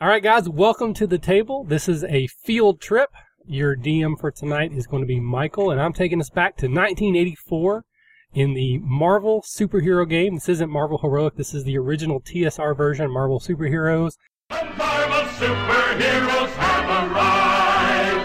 All right, guys, welcome to the table. This is a field trip. Your DM for tonight is going to be Michael, and I'm taking us back to 1984 in the Marvel superhero game. This isn't Marvel Heroic, this is the original TSR version, Marvel Superheroes. The Marvel superheroes have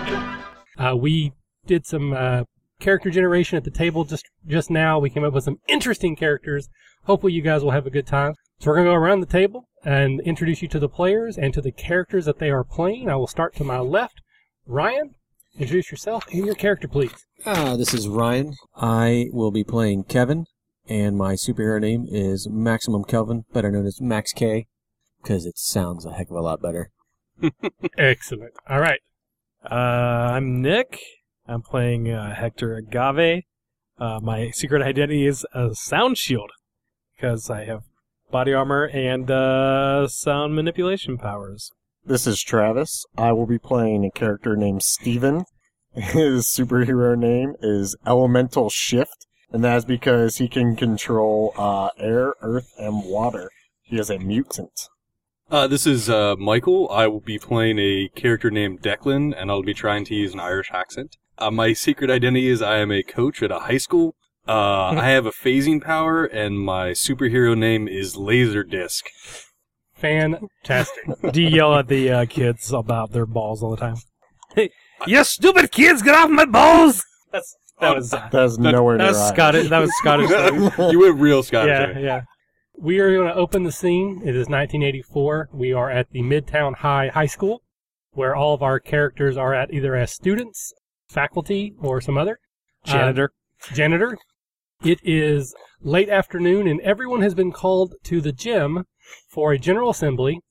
arrived. Uh, we did some uh, character generation at the table just just now. We came up with some interesting characters. Hopefully, you guys will have a good time. So we're gonna go around the table and introduce you to the players and to the characters that they are playing. I will start to my left. Ryan, introduce yourself and your character, please. Ah, this is Ryan. I will be playing Kevin, and my superhero name is Maximum Kelvin, better known as Max K, because it sounds a heck of a lot better. Excellent. All right. Uh, I'm Nick. I'm playing uh, Hector Agave. Uh, my secret identity is uh, a sound shield because I have body armor and uh, sound manipulation powers. This is Travis. I will be playing a character named Steven. His superhero name is Elemental Shift, and that is because he can control uh, air, earth, and water. He is a mutant. Uh, this is uh, Michael. I will be playing a character named Declan, and I'll be trying to use an Irish accent. Uh, my secret identity is I am a coach at a high school. Uh, I have a phasing power, and my superhero name is Laserdisc. Fantastic. Do you yell at the uh, kids about their balls all the time? you stupid kids, get off my balls! That's that was uh, That is nowhere that near was Irish. Scottish. That was Scottish. though. you went real Scottish. yeah, there. yeah. We are going to open the scene. It is 1984. We are at the Midtown High High School, where all of our characters are at either as students, faculty, or some other uh, Janitor. janitor. It is late afternoon, and everyone has been called to the gym for a general assembly.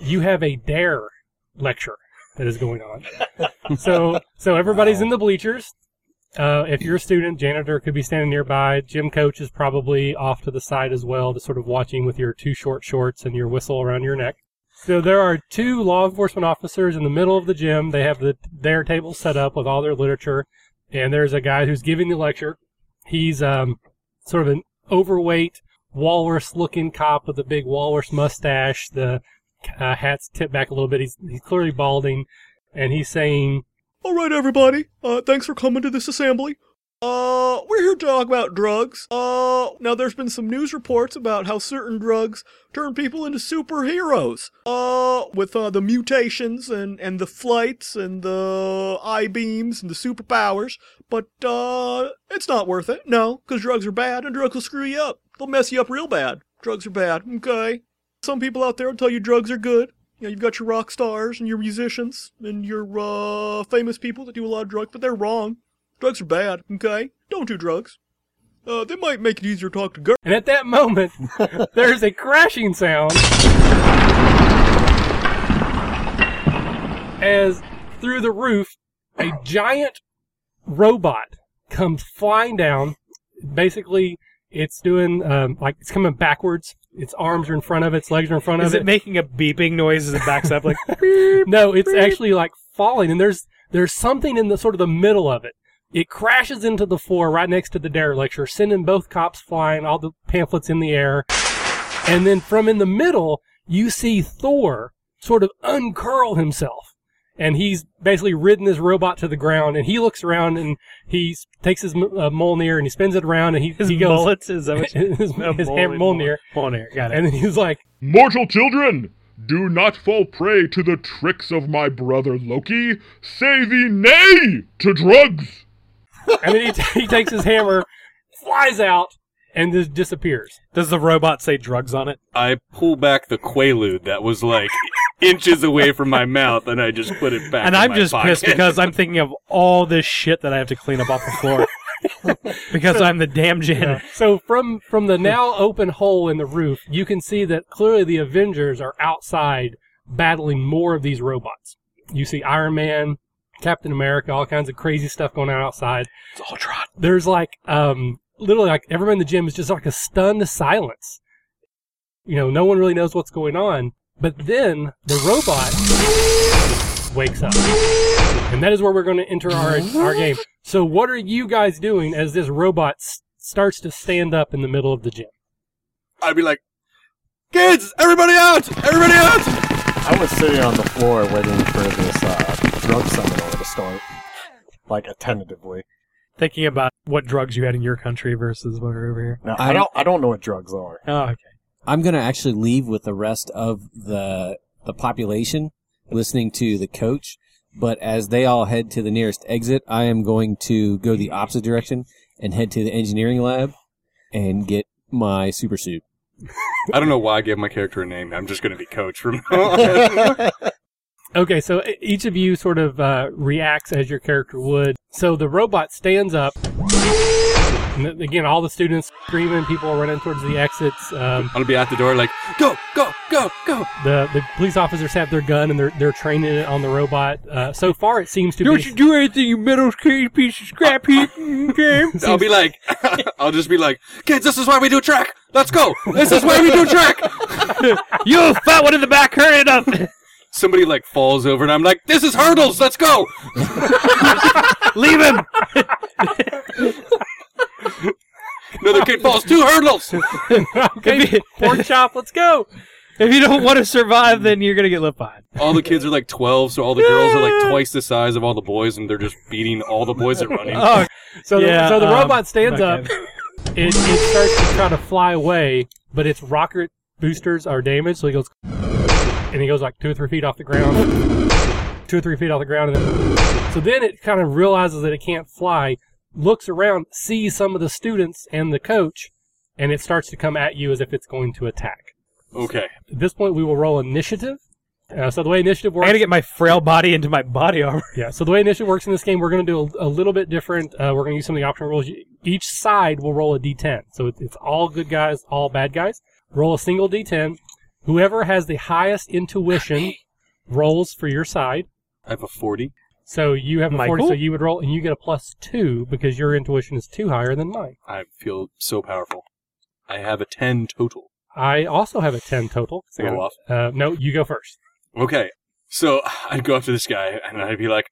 You have a dare lecture that is going on. so, so everybody's in the bleachers. Uh, if you're a student, janitor could be standing nearby. Gym coach is probably off to the side as well, just sort of watching with your two short shorts and your whistle around your neck. So there are two law enforcement officers in the middle of the gym. They have the, their table set up with all their literature, and there's a guy who's giving the lecture. He's um, sort of an overweight walrus-looking cop with a big walrus mustache. The uh, hat's tipped back a little bit. He's he's clearly balding, and he's saying, All right, everybody. Uh, thanks for coming to this assembly. Uh, we're here to talk about drugs. Uh, now there's been some news reports about how certain drugs turn people into superheroes. Uh, with uh, the mutations and and the flights and the I beams and the superpowers. But uh, it's not worth it. No, because drugs are bad and drugs will screw you up. They'll mess you up real bad. Drugs are bad. Okay. Some people out there will tell you drugs are good. You know, you've got your rock stars and your musicians and your uh, famous people that do a lot of drugs, but they're wrong. Drugs are bad, okay? Don't do drugs. Uh, they might make it easier to talk to girls. and at that moment, there's a crashing sound as through the roof, a giant robot comes flying down. Basically, it's doing um, like it's coming backwards. Its arms are in front of it, its legs are in front of Is it making a beeping noise as it backs up? Like no, it's actually like falling, and there's there's something in the sort of the middle of it. It crashes into the floor right next to the dare lecture, sending both cops flying, all the pamphlets in the air, and then from in the middle you see Thor sort of uncurl himself, and he's basically ridden this robot to the ground, and he looks around and he s- takes his m- uh, Mjolnir and he spins it around and he his he goes bullets is that what his, you- his, a hand mullet- Mjolnir, Mjolnir, got it. and then he's like, Mortal children, do not fall prey to the tricks of my brother Loki. Say thee nay to drugs. and then he, t- he takes his hammer, flies out, and just disappears. Does the robot say drugs on it? I pull back the Quaalude that was like inches away from my mouth, and I just put it back. and in I'm my just pocket. pissed because I'm thinking of all this shit that I have to clean up off the floor because I'm the damn janitor. So from from the now open hole in the roof, you can see that clearly the Avengers are outside battling more of these robots. You see Iron Man, Captain America, all kinds of crazy stuff going on outside. It's Ultron. There's like um literally like everyone in the gym is just like a stunned silence. You know, no one really knows what's going on. But then the robot wakes up. And that is where we're going to enter our, our game. So, what are you guys doing as this robot s- starts to stand up in the middle of the gym? I'd be like, Kids, everybody out! Everybody out! I was sitting on the floor waiting for this uh, drug seminar to start, like attentively. Thinking about what drugs you had in your country versus what are over here. Now, I, I- don't, I don't know what drugs are. Oh, okay. I'm going to actually leave with the rest of the the population listening to the coach, but as they all head to the nearest exit, I am going to go the opposite direction and head to the engineering lab and get my super suit. I don't know why I gave my character a name. I'm just going to be Coach from now on. Okay, so e- each of you sort of uh, reacts as your character would. So the robot stands up. And th- again, all the students screaming, people are running towards the exits. Um, I'll be out the door like, go, go, go, go. the, the police officers have their gun and they're, they're training it on the robot. Uh, so far, it seems to be. do anything, you metal piece of scrap heap. I'll be like, I'll just be like, kids, this is why we do track. Let's go. This is why we do track. you fat one in the back, hurry it up! Somebody like falls over and I'm like, this is hurdles. Let's go. Leave him! Another kid falls two hurdles. okay, pork chop, let's go! If you don't want to survive, then you're gonna get lip on. All the kids are like 12, so all the girls are like twice the size of all the boys, and they're just beating all the boys that run in. Oh, So, the, Yeah, so the um, robot stands okay. up. It, it starts to try to fly away, but its rocket boosters are damaged. So he goes, and he goes like two or three feet off the ground, two or three feet off the ground. And then, so then it kind of realizes that it can't fly, looks around, sees some of the students and the coach, and it starts to come at you as if it's going to attack. Okay. At this point, we will roll initiative. Uh, so the way initiative I works, gotta get my frail body into my body armor. yeah. So the way initiative works in this game, we're going to do a, a little bit different. Uh, we're going to use some of the optional rules. Each side will roll a d10. So it, it's all good guys, all bad guys. Roll a single d10. Whoever has the highest intuition rolls for your side. I have a 40. So you have a Michael? 40, so you would roll, and you get a plus two because your intuition is two higher than mine. I feel so powerful. I have a 10 total. I also have a 10 total. Roll off. Uh, no, you go first. Okay. So I'd go up to this guy and I'd be like,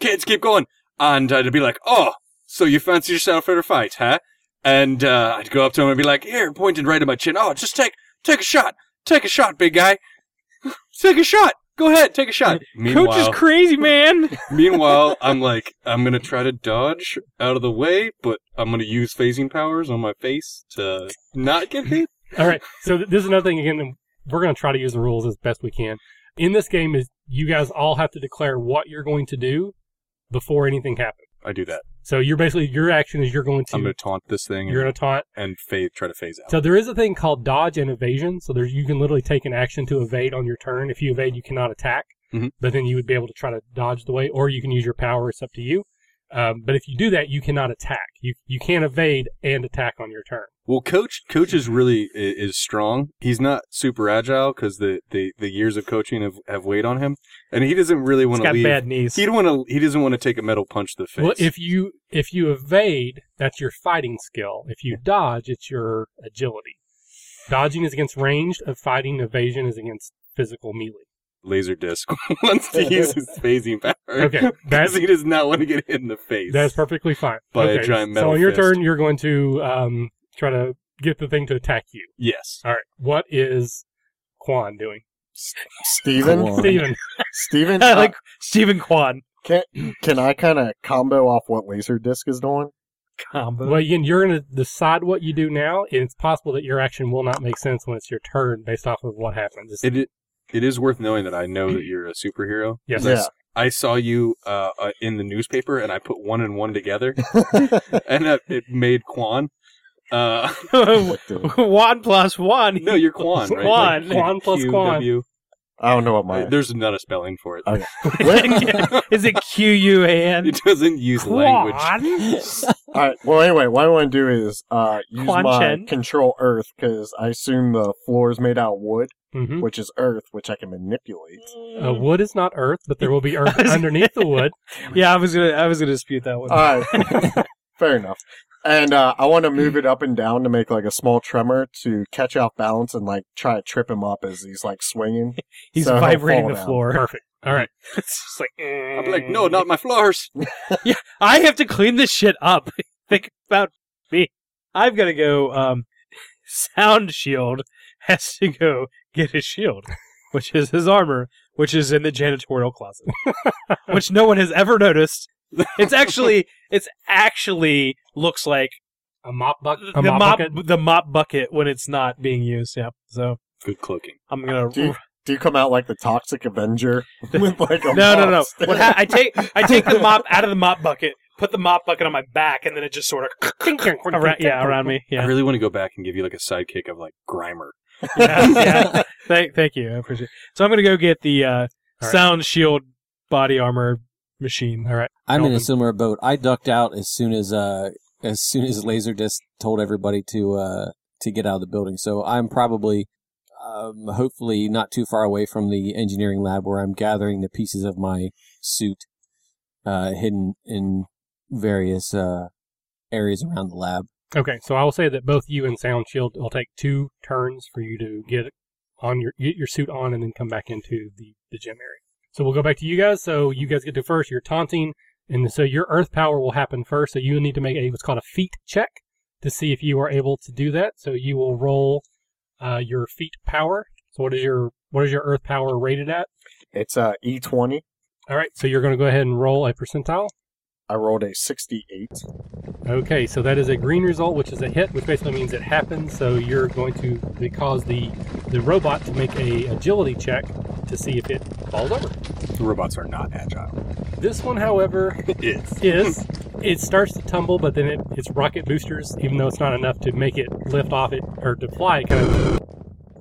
kids, keep going. And I'd be like, oh, so you fancy yourself in a fight, huh? And uh, I'd go up to him and be like, here, pointing right at my chin. Oh, just take, take a shot. Take a shot, big guy. take a shot. Go ahead, take a shot. Coach is crazy, man! Meanwhile, I'm like, I'm gonna try to dodge out of the way, but I'm gonna use phasing powers on my face to not get hit. All right. So th- this is another thing. Again, we're going to try to use the rules as best we can. In this game, is you guys all have to declare what you're going to do before anything happens. I do that. So you're basically your action is you're going to I'm gonna taunt this thing you're and, going to taunt. and fa- try to phase out. So there is a thing called dodge and evasion. So there's you can literally take an action to evade on your turn. If you evade, you cannot attack, Mhm. but then you would be able to try to dodge the way, or you can use your power. It's up to you. Um, but if you do that, you cannot attack. You you can't evade and attack on your turn. Well, coach, coach is really i- is strong. He's not super agile because the, the the years of coaching have, have weighed on him, and he doesn't really He's want to got leave. bad knees. He don't want to. He doesn't want to take a metal punch to the face. Well, if you if you evade, that's your fighting skill. If you dodge, it's your agility. Dodging is against ranged. Of fighting, evasion is against physical melee. laser disc wants to use his phasing power, Okay, because that's he does not want to get hit in the face. that's perfectly fine. By a okay, giant metal so on your fist. turn, you're going to um, try to get the thing to attack you. yes. All right, what is Quan doing? Steven? Cool. Steven. Steven, I uh, like Stephen Kwan can, can I kind of combo off what Laserdisc is doing? combo. Well, again, you're going to decide what you do now, and it's possible that your action will not make sense when it's your turn based off of what happens. It i- it is worth knowing that I know that you're a superhero. yes. Yeah. I saw you uh, uh, in the newspaper, and I put one and one together, and uh, it made Quan. Uh, one plus one. no, you're Quan, right? Quan. Quan plus Q, Quan. W. I don't know what Uh, mine There's not a spelling for it. Okay. Is it Q U A N? It doesn't use language. All right. Well, anyway, what I want to do is uh, use Quan my Chen. control Earth because I assume the floor is made out of wood, Mm-hmm. which is Earth, which I can manipulate. Uh, wood is not earth, but there will be earth underneath the wood. Yeah, I was gonna, I was gonna dispute that one. All right. Fair enough. And uh, I want to move it up and down to make like a small tremor to catch off balance and like try to trip him up as he's like swinging. He's so I don't vibrating fall the down. floor. Perfect. All right. it's just like, I'm like, eh. no, not my floors. I have to clean this shit up. Think about me. I've got to go um, sound shield has to go get his shield, which is his armor, which is in the janitorial closet, which no one has ever noticed. It's actually, it's actually looks like A mop bucket. the A mop, mop, bucket. the mop bucket when it's not being used. Yeah, so Good cloaking. I'm gonna. Do you, do you come out like the Toxic Avenger with like a no, no, no. monster? What ha- I take, I take the mop out of the mop bucket, put the mop bucket on my back, and then it just sort of around, yeah, around me. I Yeah, really want to go back and give you like a sidekick of like Grimer. yeah, yeah. Thank, thank you. I appreciate. it. So I'm gonna go get the uh, right. sound shield body armor machine. All right. I'm in a Elvin. similar boat. I ducked out as soon as uh as soon as Laserdisc told everybody to uh to get out of the building. So I'm probably um, hopefully not too far away from the engineering lab where I'm gathering the pieces of my suit uh hidden in various uh areas around the lab. Okay, so I will say that both you and Sound Shield will take two turns for you to get on your get your suit on and then come back into the, the gym area. So we'll go back to you guys. So you guys get to first. You're taunting, and so your earth power will happen first. So you need to make a what's called a feat check to see if you are able to do that. So you will roll uh, your feet power. So what is your what is your earth power rated at? It's uh, E20. All right, so you're going to go ahead and roll a percentile. I rolled a 68. Okay, so that is a green result, which is a hit, which basically means it happens. So you're going to they cause the the robot to make a agility check to see if it falls over. The robots are not agile. This one, however, It's is it starts to tumble, but then it, its rocket boosters, even though it's not enough to make it lift off it or to fly, it kind of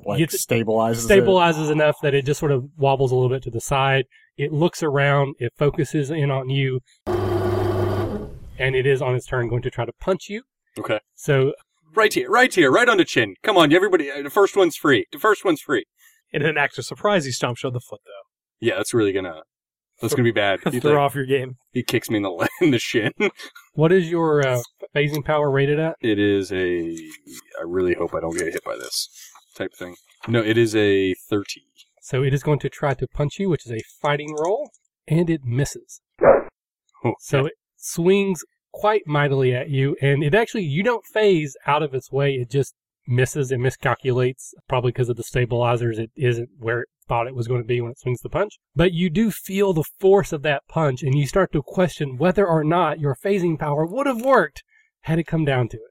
Like You- stabilizes it. stabilizes enough that it just sort of wobbles a little bit to the side. It looks around, it focuses in on you, and it is on its turn going to try to punch you. okay. So Right here, right here, right on the chin. Come on, everybody. uh, The first one's free. The first one's free. In an act of surprise, he stomps you on the foot though. Yeah, that's really gonna. That's gonna be bad. He, Throw like, off your game. he kicks me in the le- in the shin. What is your uh, phasing power rated at? It is a. I really hope I don't get hit by this type of thing. No, it is a thirty. So it is going to try to punch you, which is a fighting roll, and it misses. Oh, So it swings quite mightily at you, and it actually, you don't phase out of its way. It just misses. It miscalculates, probably because of the stabilizers. It isn't where it thought it was going to be when it swings the punch. But you do feel the force of that punch, and you start to question whether or not your phasing power would have worked had it come down to it.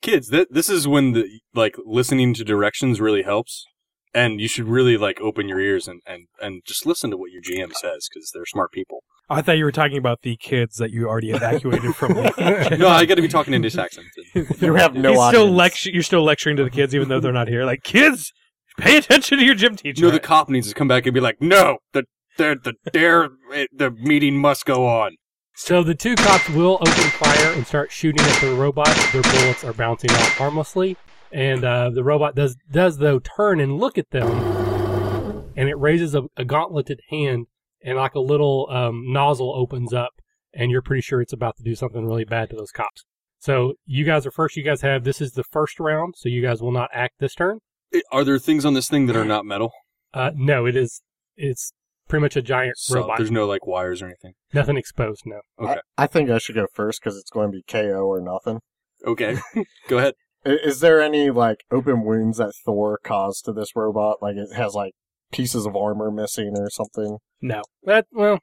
kids that this is when the like listening to directions really helps and you should really like open your ears and and, and just listen to what your gm says because they're smart people I thought you were talking about the kids that you already evacuated from. the- no i gotta be talking english accent You have no He's still audience. lectu- You're still lecturing to the kids, even though they're not here. Like kids, pay attention to your gym teacher. you know the cop needs to come back and be like no the the the dare it, the meeting must go on So the two cops will open fire and start shooting at the robot. Their bullets are bouncing off harmlessly, and uh, the robot does does though turn and look at them, and it raises a, a gauntleted hand, and like a little um, nozzle opens up, and you're pretty sure it's about to do something really bad to those cops. So you guys are first. You guys have this is the first round, so you guys will not act this turn. I are there things on this thing that are not metal Uh, no, it is it's pretty much a giant so robot. there's no like wires or anything Nothing exposed. No. Okay. I, I think I should go first because it's going to be KO or nothing. okay go ahead I- Is there any like open wounds that Thor caused to this robot? Like it has like pieces of armor missing or something? no. That well,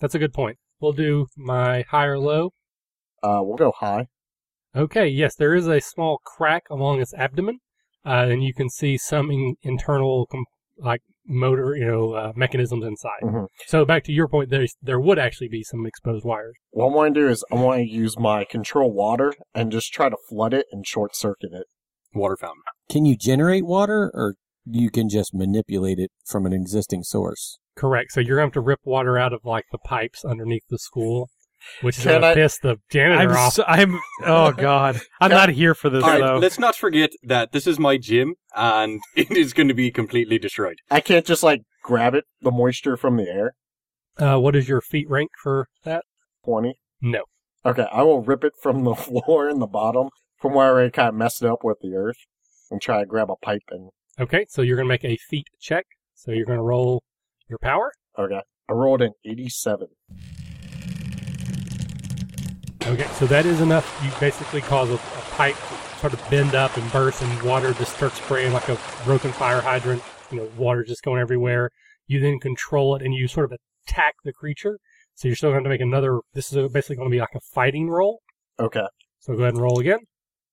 that's a good point. We'll do my high or low. Uh, we'll go high. Okay, yes, there is a small crack along its abdomen, uh, and you can see some in- internal com- like motor, you know, uh, mechanisms inside. Mhm. So back to your point, there there would actually be some exposed wires. What I want to do is I want to use my control water and just try to flood it and short circuit it. water fountain Can you generate water or you can just manipulate it from an existing source? Correct. So you're going to have to rip water out of like the pipes underneath the school, which is going Can to I- piss the janitor I'm. off. So, I'm. Oh God. I'm Can- not here for this all right though. let's not forget that this is my gym and it is going to be completely destroyed I can't just like grab it, the moisture from the air. Uh, what is your feet rank for that? 20. No. Okay, I will rip it from the floor in the bottom from where I already kind of messed it up with the earth and try to grab a pipe and. Okay, so you're going to make a feet check. So you're going to roll your power. Okay. I rolled an 87. Okay, so that is enough. You basically cause a, a pipe to sort of bend up and burst, and water just starts spraying like a broken fire hydrant. You know, water just going everywhere. You then control it, and you sort of attack the creature. So you're still going to make another. This is basically going to be like a fighting roll. Okay. So go ahead and roll again.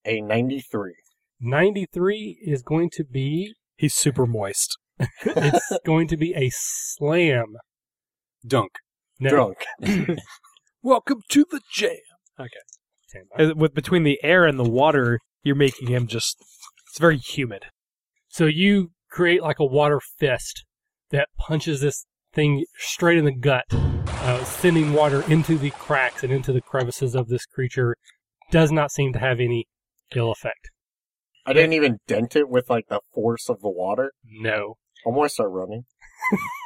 A 93. 93 is going to be He's super moist. it's going to be a slam. Dunk. No, Drunk. Welcome to the jam. Stand by. Uh, With between the air and the water, you're making him just. It's very humid. So you create like a water fist that punches this thing straight in the gut, uh, sending water into the cracks and into the crevices of this creature. Does not seem to have any ill effect. I didn't even dent it with like the force of the water. No. I'm gonna start running.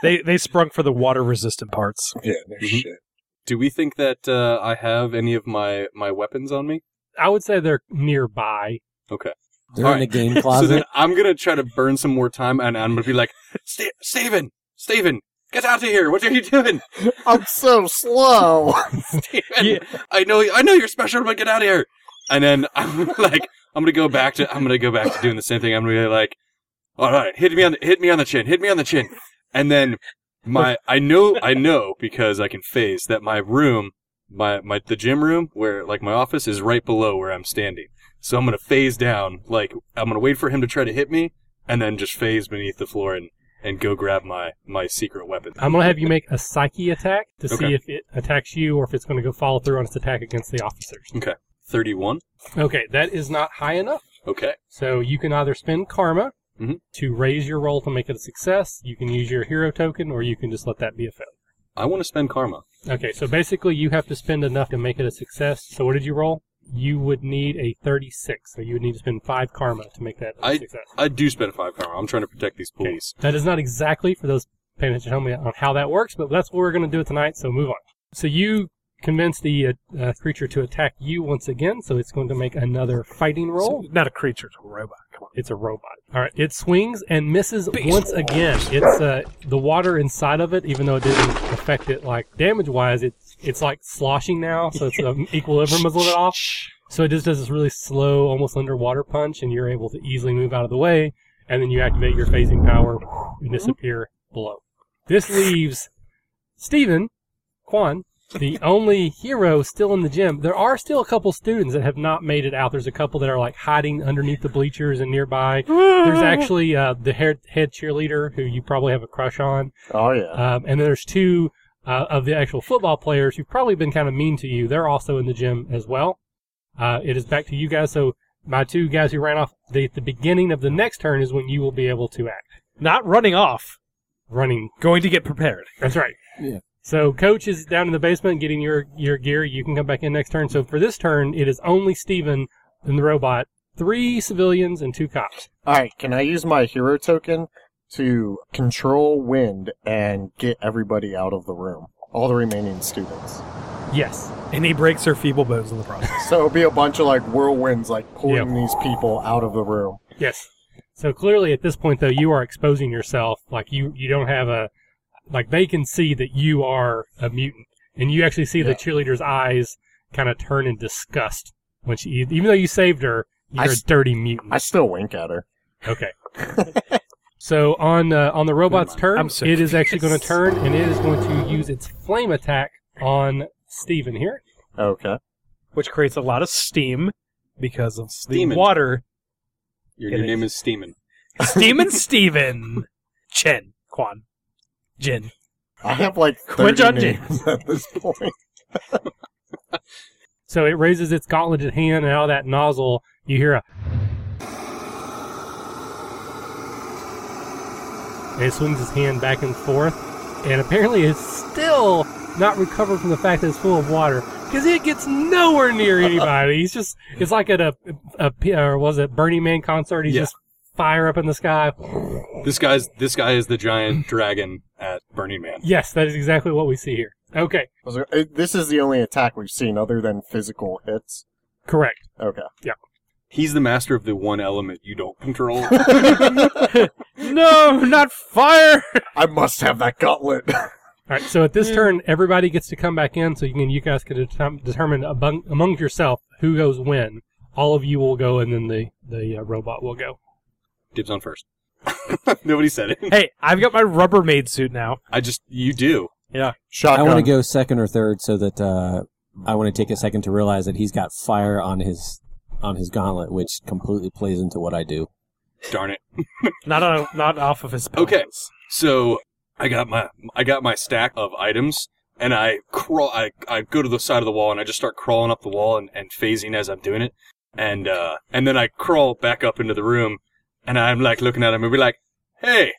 They they sprung for the water resistant parts. Yeah, no shit. Do we think that uh, I have any of my, my weapons on me? I would say they're nearby. Okay. They're in Alright. the game So closet. then I'm gonna try to burn some more time, and I'm gonna be like, "Ste- Steven, Steven, get out of here! What are you doing, I'm so slow. Steven? I know, I know you're special, but get out of here!" And then I'm like, I'm gonna go back to, I'm gonna go back to doing the same thing. I'm gonna be like, "All right, hit me on the, hit me on the chin, hit me on the chin," and then my, I know, I know because I can phase that my room, my my the gym room where like my office is right below where I'm standing. So I'm gonna phase down. Like I'm gonna wait for him to try to hit me, and then just phase beneath the floor and, and go grab my my secret weapon. I'm gonna have you make a psyche attack to see Okay. if it attacks you or if it's gonna go follow through on its attack against the officers. Thirty-one. Okay, that is not high enough. Okay. So you can either spend karma Mhm. to raise your roll to make it a success. You can use your hero token, or you can just let that be a failure. I want to spend karma. Okay, so basically you have to spend enough to make it a success. So what did you roll? You would need a 36, so you would need to spend 5 karma to make that a I- success. I do spend five karma. I'm trying to protect these police. That is not exactly for those paying attention at home on how that works, but that's what we're going to do it tonight, so move on. So you convince the uh, uh, creature to attack you once again, so it's going to make another fighting roll. So, not a creature, it's a robot. Come on. It's a robot. All right. It swings and misses once again. It's uh, the water inside of it, even though it didn't affect it like damage wise. It's it's like sloshing now, so it's um, equilibrium is a little bit off. So it just does this really slow, almost underwater punch, and you're able to easily move out of the way, and then you activate your phasing power and disappear below. This leaves Steven Kwan, the only hero still in the gym. There are still a couple students that have not made it out. There's a couple that are like hiding underneath the bleachers and nearby. There's actually uh, the head, head cheerleader who you probably have a crush on, Oh yeah. um, and then there's two uh, of the actual football players who've probably been kind of mean to you. They're also in the gym as well. Uh, it is back to you guys. So my two guys who ran off the, the beginning of the next turn is when you will be able to act. Not running off. Running Going to get prepared. that's right. Yeah. So coach is down in the basement getting your your gear. You can come back in next turn. So for this turn, it is only Steven and the robot, three civilians and two cops. All right. Can I use my hero token to control wind and get everybody out of the room? All the remaining students. Yes. And he breaks her feeble bones in the process. So it'll be a bunch of like whirlwinds, like pulling these people out of the room. Yes. So clearly at this point though you are exposing yourself like you you don't have a like they can see that you are a mutant and you actually see the cheerleader's eyes kind of turn in disgust when she even though you saved her I you're a s- dirty mutant. I still wink at her. Okay. so on uh, on the robot's turn, I'm so it is actually going confused. to turn and it is going to use its flame attack on Steven here. Okay. Which creates a lot of steam because of the Steamin'. water. Your It new is. name is Steeman. Steam and Steven. Chen. Quan. Jin. I have like Quit 30 judging. names at this point. So it raises its gauntleted hand, and out of that nozzle, you hear a. And it swings its hand back and forth, and apparently it's still not recovered from the fact that it's full of water because it gets nowhere near anybody. He's just, it's like at a, a, P- or was it Burning Man concert? He's Yeah. just fire up in the sky. This guy's this guy is the giant dragon at Burning Man. Yes, that is exactly what we see here. Okay, Was there- it- This is the only attack we've seen other than physical hits. correct. Okay. He's the master of the one element you don't control. No, not fire! I must have that gauntlet. All right, so at this turn, everybody gets to come back in, so you can you guys can determ- determine among, among yourself who goes when. all of you will go, and then the the uh, robot will go. Dibs on first. Nobody said it. Hey, I've got my Rubbermaid suit now. I just you do. I Shotgun. want to go second or third so that uh, I want to take a second to realize that he's got fire on his on his gauntlet, which completely plays into what I do. Darn it. Not on, not off of his. Okay. pelvis. So I got my I got my stack of items, and I crawl. I, I go to the side of the wall, and I just start crawling up the wall and, and phasing as I'm doing it, and uh, and then I crawl back up into the room, and I'm like looking at him and be like, "Hey,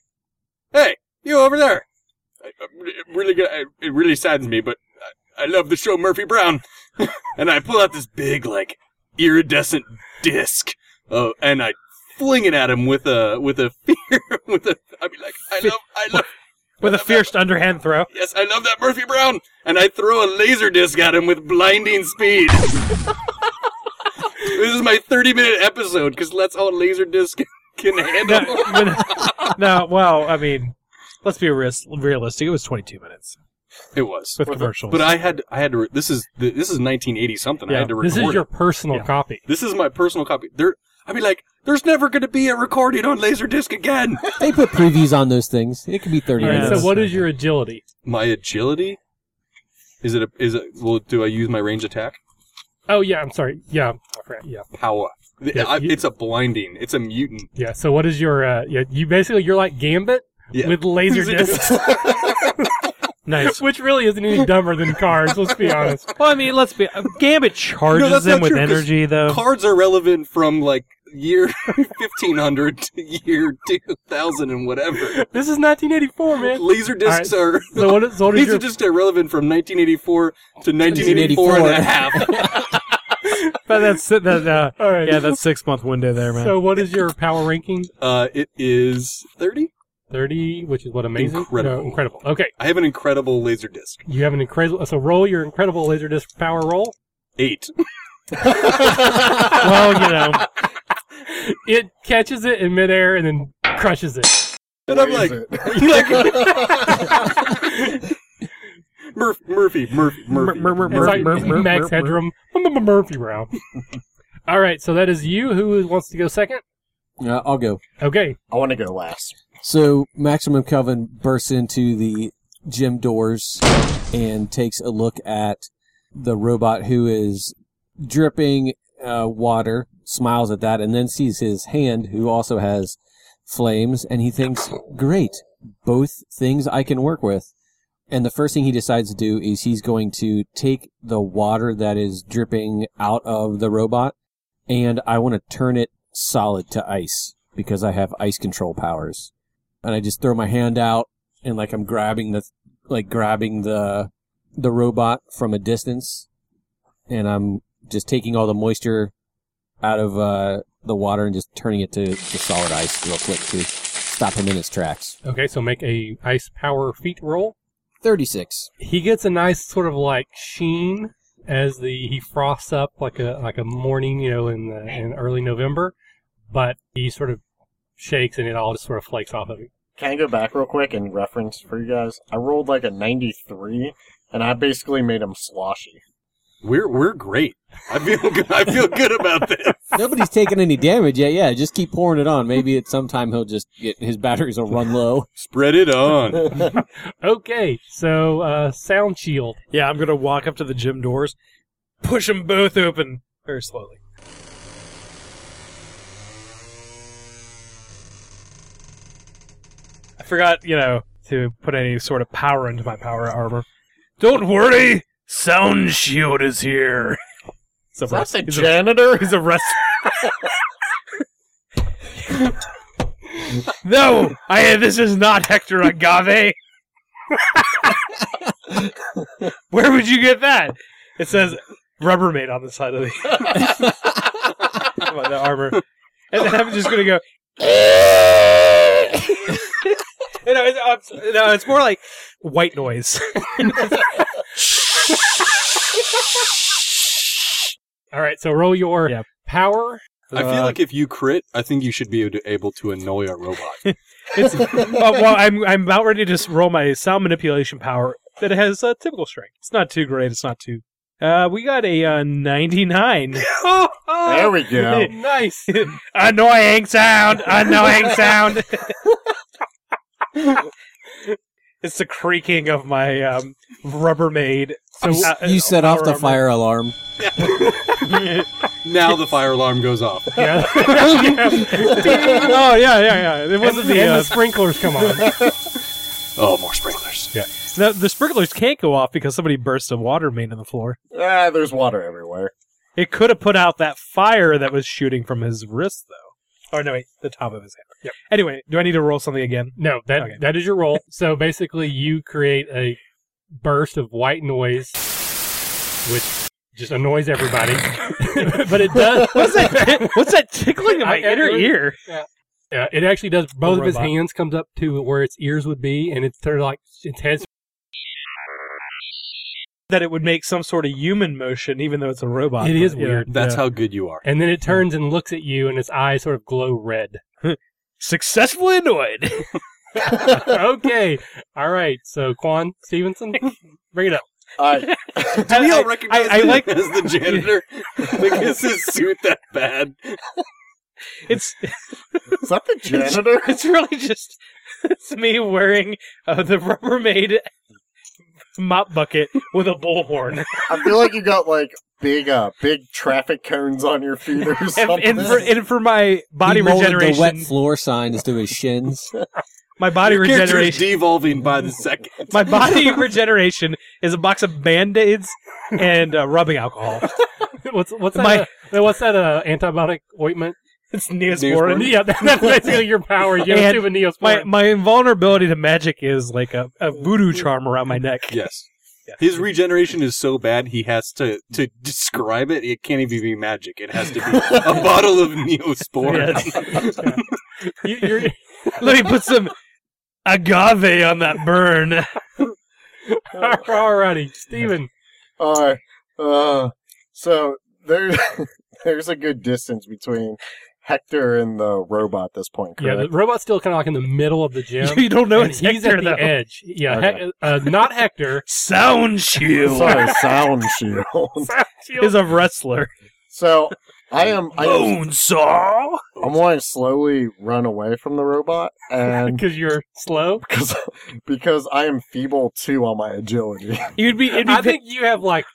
hey, you over there?" I, I'm- it really go- it- it really saddens me, but I, I love the show Murphy Brown, and I pull out this big like iridescent disc, uh, and I fling it at him with a with a fear with a I mean like I love I love With a fierce underhand throw. Yes, I love that Murphy Brown. And I throw a laser disc at him with blinding speed. this is my 30 minute episode because that's all laser disc can No, handle. when- no, well, I mean, let's be realis- realistic. It was 22 minutes It was. with commercials. But I had I had to. Re- this is the, this is 1980 something. I Yeah, had to record. This is your it. personal Yeah. copy. This is my personal copy. There. I mean, like, there's never going to be a recording on Laserdisc again. They put previews on those things. It could be thirty All right. Yeah, so minutes. that's what not is your agility? My agility. Is it a, is it? Well, do I use my range attack? Oh yeah, I'm sorry. Yeah, Oh, I forgot. yeah, Power. Th- Yeah, I- you- it's a blinding. It's a mutant. yeah. So what is your? Uh, yeah, you basically you're like Gambit Yeah. with laser discs, nice. which really isn't any dumber than cards. Let's be honest. Well, I mean, let's be. uh, Gambit charges No, that's them not with true, 'cause energy, though. cards are relevant from like year 1500 to year 2000 and whatever. This is 1984, man. Laser discs are So what is, so what is laser your? discs are relevant from 1984 to 1984 and a half. but that's that. Uh, All right. yeah, that six month window there, man. So what is your power ranking? Uh, it is 30. 30, which is what amazing. Incredible. No, incredible. Okay, I have an incredible laser disc. you have an incredible. So roll your incredible laserdisc power roll. Eight. well, you know, It catches it in midair and then crushes it. And I'm like, Murph, Murphy, Murphy, Murphy. mur- mur- It's mur- like mur- mur- Max mur- mur- Headroom, Murphy Brown. All right, so that is you. Who wants to go second? Uh, I'll go. Okay, I want to go last. So Maximum Coven bursts into the gym doors and takes a look at the robot who is dripping uh, water, smiles at that, and then sees his hand who also has flames, and he thinks, great, both things I can work with. And the first thing he decides to do is he's going to take the water that is dripping out of the robot, and I want to turn it solid to ice because I have ice control powers and I just throw my hand out and like I'm grabbing the like grabbing the the robot from a distance and I'm just taking all the moisture out of uh, the water and just turning it to, to solid ice real quick to stop him in his tracks. okay. So make a ice power feet roll. Thirty six. He gets a nice sort of like sheen as the he frosts up like a like a morning, you know, in the, in early November, but he sort of shakes and it all just sort of flakes off of him. Can I go back real quick and reference for you guys? I rolled like a 93, and I basically made him sloshy. We're we're great. I feel good. I feel good about this. Nobody's taking any damage yet. Yeah, just keep pouring it on. Maybe at some time he'll just get his batteries will run low. Spread it on. Okay, so uh, sound shield. yeah, I'm gonna walk up to the gym doors, push them both open very slowly. I forgot, you know, to put any sort of power into my power armor. Don't worry, Sound Shield is here. So That's a janitor? He's a wrestler. no, I. This is not Hector Agave. Where would you get that? It says Rubbermaid on the side of the, on the armor, and then I'm just gonna go. You know, it's, I'm- no, it's more like white noise. All right, so roll your Yeah. power. I feel Uh, like if you crit, I think you should be able to annoy a robot. It's, uh, well, I'm I'm about ready to s- roll my sound manipulation power that has uh, typical strength. It's not too great. It's not too Uh, we got a uh, 99. There we go. Nice. Annoying sound! Annoying sound! it's the creaking of my um, Rubbermaid. You, s- uh, you set off the armor. fire alarm. Now the fire alarm goes off. Yeah. oh, yeah, yeah, yeah. It and, wasn't the, and uh, the sprinklers come on. Oh, more sprinklers. no, the sprinklers can't go off because somebody burst a water main on the floor. Ah, there's water everywhere. It could have put out that fire that was shooting from his wrist, though. Or no, wait, the top of his hand. Yep. Anyway, do I need to roll something again? No, that Okay. that is your role. So basically, you create a burst of white noise, which just annoys everybody. but it does. What's that? What's that tickling in my I- I inner really- ear? Yeah, it actually does. Both of his robot. hands comes up to where its ears would be, and it's sort of like its head's That it would make some sort of human motion, even though it's a robot. It but, is you know, weird. That's yeah. how good you are. And then it Hmm. turns and looks at you, and its eyes sort of glow red. successfully annoyed. okay, all right. So Quan Stevenson, bring it up. I, Do we I- all I- recognize I- I him like- as the janitor? like, is his suit that bad? It's is that the janitor? it's really just it's me wearing uh, the Rubbermaid mop bucket with a bullhorn I feel like you got like big, uh, big traffic cones on your feet or and, something. and for and for my body he molded regeneration. The wet floor signs to his shins. my body Your character is regeneration. devolving by the second. My body regeneration is a box of band-aids and uh, rubbing alcohol. What's what's that? My- uh, what's that? Uh, antibiotic ointment? It's Neosporin. Yeah, that, that's basically your power. You And have a neosporin. My my invulnerability to magic is like a, a voodoo charm around my neck. Yes. His regeneration is so bad he has to, to describe it. It can't even be magic. It has to be a bottle of Neosporin. Yes. you, you're, Let me put some agave on that burn. alrighty, Steven. Uh, uh, so there, there's a good distance between Hector and the robot at this point, Yeah, correct? the robot's still kind of like in the middle of the gym. You don't know and it's he's Hector, at the though. edge. Yeah, Okay. Hec- uh, not Hector. Sound Shield Sorry, sound shield. is a wrestler. So I am, I am, Bone saw. I'm wanting to slowly run away from the robot, and because you're slow. because because I am feeble too on my agility. You'd be. It'd be I think you have like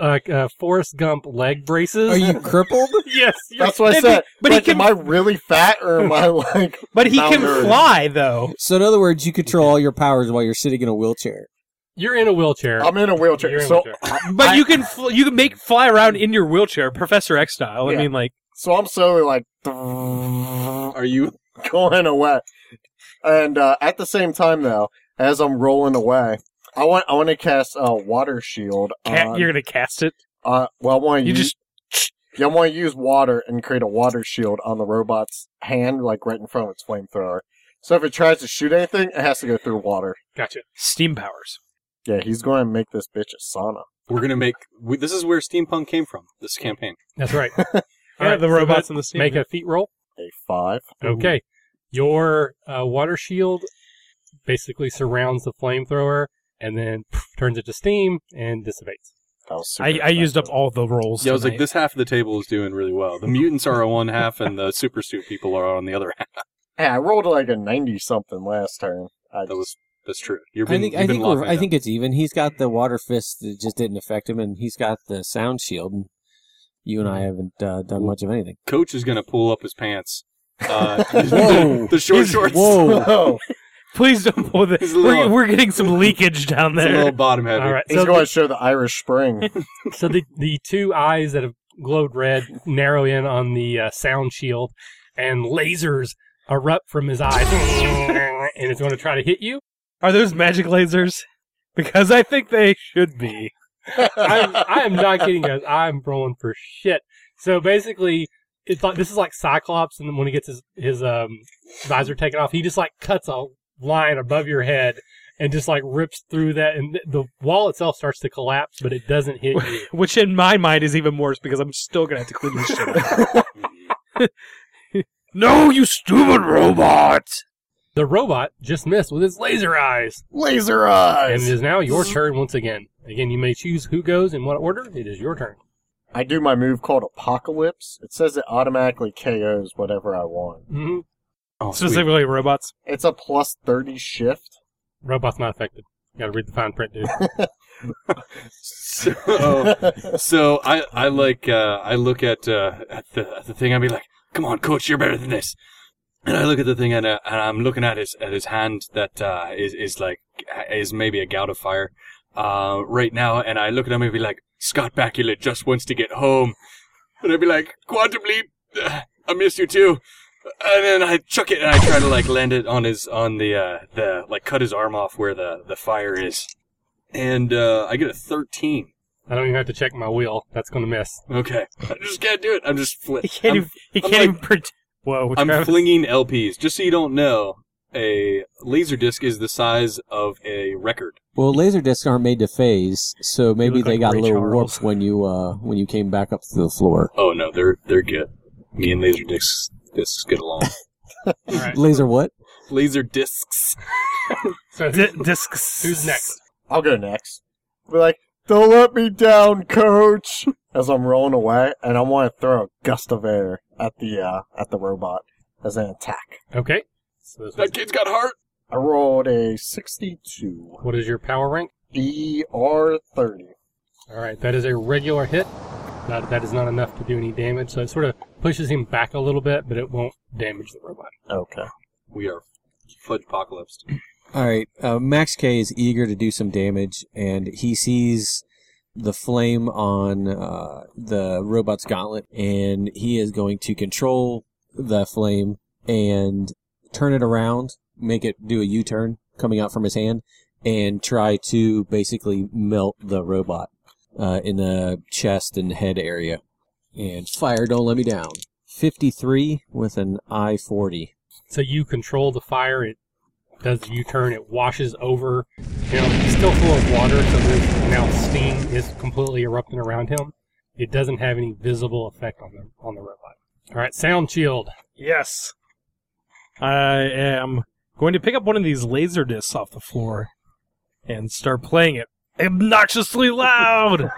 like uh, Forrest Gump leg braces. Are you crippled? yes, you're, That's what I Maybe- said. but Like, he can. Am I really fat or am I like? but he can Malnourished. fly though. So in other words, you control all your powers while you're sitting in a wheelchair. you're in a wheelchair. I'm in a wheelchair. You're in a so wheelchair. But I- you can. Fl- you can make fly around in your wheelchair, Professor X style. I Yeah. mean, like so I'm slowly like Are you? going away, and uh, at the same time though, as I'm rolling away, I want I want to cast a uh, water shield. ca- on- you're gonna cast it. uh, well, I want to You use, just. yeah, I want to use water and create a water shield on the robot's hand, like right in front of its flamethrower. So if it tries to shoot anything, it has to go through water. Gotcha. Steam powers. Yeah, he's going to make this bitch a sauna. We're gonna make. We, this is where steampunk came from. This campaign. That's right. Yeah, Alright, the so robots that- in the steam. Make a feet roll. A five. Okay. Your uh, water shield basically surrounds the flamethrower and then pff, turns it to steam and dissipates. That was super I, I used up effective. all the rolls. Yeah, I was like, tonight. this half of the table is doing really well. The mutants are on one half, and the super suit people are on the other half. Hey, I rolled like a ninety something last turn. I That was that's true. You've I been, think you've I been think we're, laughing I at think it's even. He's got the water fist that just didn't affect him, and he's got the sound shield. And you and I Mm-hmm. haven't uh, done much of anything. them. coach is gonna pull up his pants. Uh, Whoa. the short shorts. Whoa! Oh, Please don't pull this. It's a We're, little- we're getting some leakage down It's a little there. bottom heavy. All right. he's so going to show the Irish Spring. so the, the two eyes that have glowed red narrow in on the uh, sound shield, and lasers erupt from his eyes, and it's going to try to hit you. Are those magic lasers? Because I think they should be. I'm, I am not kidding, guys. I'm rolling for shit. So basically, it's like this is like Cyclops, and then when he gets his his um, visor taken off, he just like cuts a line above your head and just like rips through that, and th- the wall itself starts to collapse, but it doesn't hit you. Which in my mind is even worse because I'm still gonna have to clean this shit up. no, you stupid robot! The robot just missed with his laser eyes. Laser And it eyes. is now your turn once again. Again, you may choose who goes in what order. It is your turn. I do my move called Apocalypse. It says it automatically KOs whatever I want. hmm Oh, sweet. Specifically, robots. It's a plus thirty shift. Robot's not affected. Got to read the fine print, dude. Oh. So, so I, I like, uh, I look at, uh, at the, at the thing. I'd be like, "Come on, coach, you're better than this." And I look at the thing, and, uh, and I'm looking at his at his hand that uh, is is like is maybe a gout of fire uh, right now. And I look at him and be like, "Scott Bakula just wants to get home," and I'd be like, "Quantum leap, uh, I miss you too." And then I chuck it and I try to like land it on his on the uh, the like cut his arm off where the the fire is, and uh, I get a thirteen. I don't even have to check my wheel. That's going to miss. Okay. I just can't do it. I'm just fli- He can't, I'm, even, he I'm can't like- even predict. Whoa, I'm Travis. flinging LPs. Just so you don't know, a laser disc is the size of a record. Well, laser discs aren't made to phase, so maybe look they like got a Ray little Charles. warped when you uh, when you came back up to the floor. Oh no, they're they're good. Me and laser discs discs get along. All right. Laser what? laser discs. So Di- discs. who's next? I'll go next. Be like, don't let me down, coach. As I'm rolling away, and I want to throw a gust of air at the uh, at the robot as an attack. Okay. So this was- That kid's got heart. I rolled a E 62 what is your power rank? BR 30. All right, that is a regular hit. Not, that is not enough to do any damage, so it sort of pushes him back a little bit, but it won't damage the robot. Okay. We are fudge apocalypse. All right. Uh, Max K is eager to do some damage, and he sees the flame on uh, the robot's gauntlet, and he is going to control the flame and turn it around, make it do a U turn coming out from his hand, and try to basically melt the robot uh, in the chest and head area. And fire, don't let me down. 53 with an I 40. So you control the fire. It does the U-turn. It washes over him. He's still full of water, so there's now steam is completely erupting around him. It doesn't have any visible effect on the on the robot. All right, sound shield. Yes. I am going to pick up one of these laser discs off the floor and start playing it obnoxiously loud.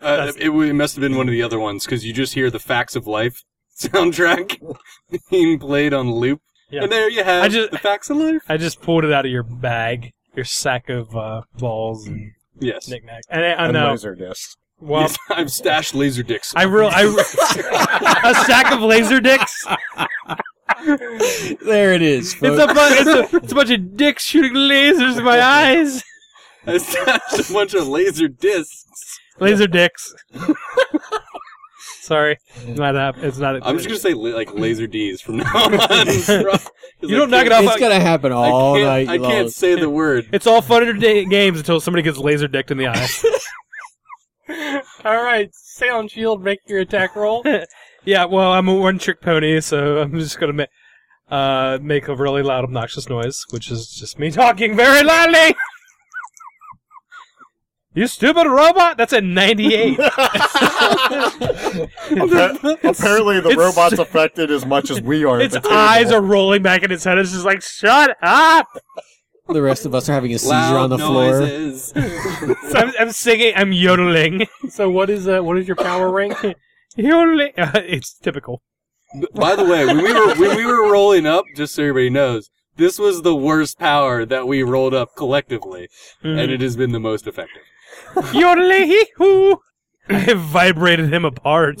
Uh, it, w- it must have been one of the other ones because you just hear the Facts of Life soundtrack being played on loop, Yeah. and there you have I just- the Facts of Life. I just pulled it out of your bag, your sack of uh, balls and Yes. knickknacks. And I, I And know. laser disc. Well, Yes, I've stashed laser dicks. I real I re- a sack of laser dicks. There it is. It's a, bu- it's a it's a bunch of dicks shooting lasers in my eyes. I stashed a bunch of laser discs. Laser dicks. Sorry, not up. It's not. I'm just gonna say la- like laser D's from now on. you don't knock it off. It's gonna happen I all can't, night I long. can't say the word. It's all fun and da- games until somebody gets laser decked in the eye. All right, sound shield. Make your attack roll. yeah, well, I'm a one trick pony, so I'm just gonna ma- uh, make a really loud, obnoxious noise, which is just me talking very loudly. you stupid robot! That's a 98. Appa- apparently, the It's- robot's affected as much as we are. at its the table. eyes are rolling back in its head. It's just like, shut up! The rest of us are having a seizure Loud on the floor. noises. So I'm, I'm singing. I'm yodeling. So what is uh, what is your power rank? yodeling. it's typical. B- By the way, when we were when we were rolling up, just so everybody knows, this was the worst power that we rolled up collectively, and it has been the most effective. yodeling. hee hoo. I have vibrated him apart.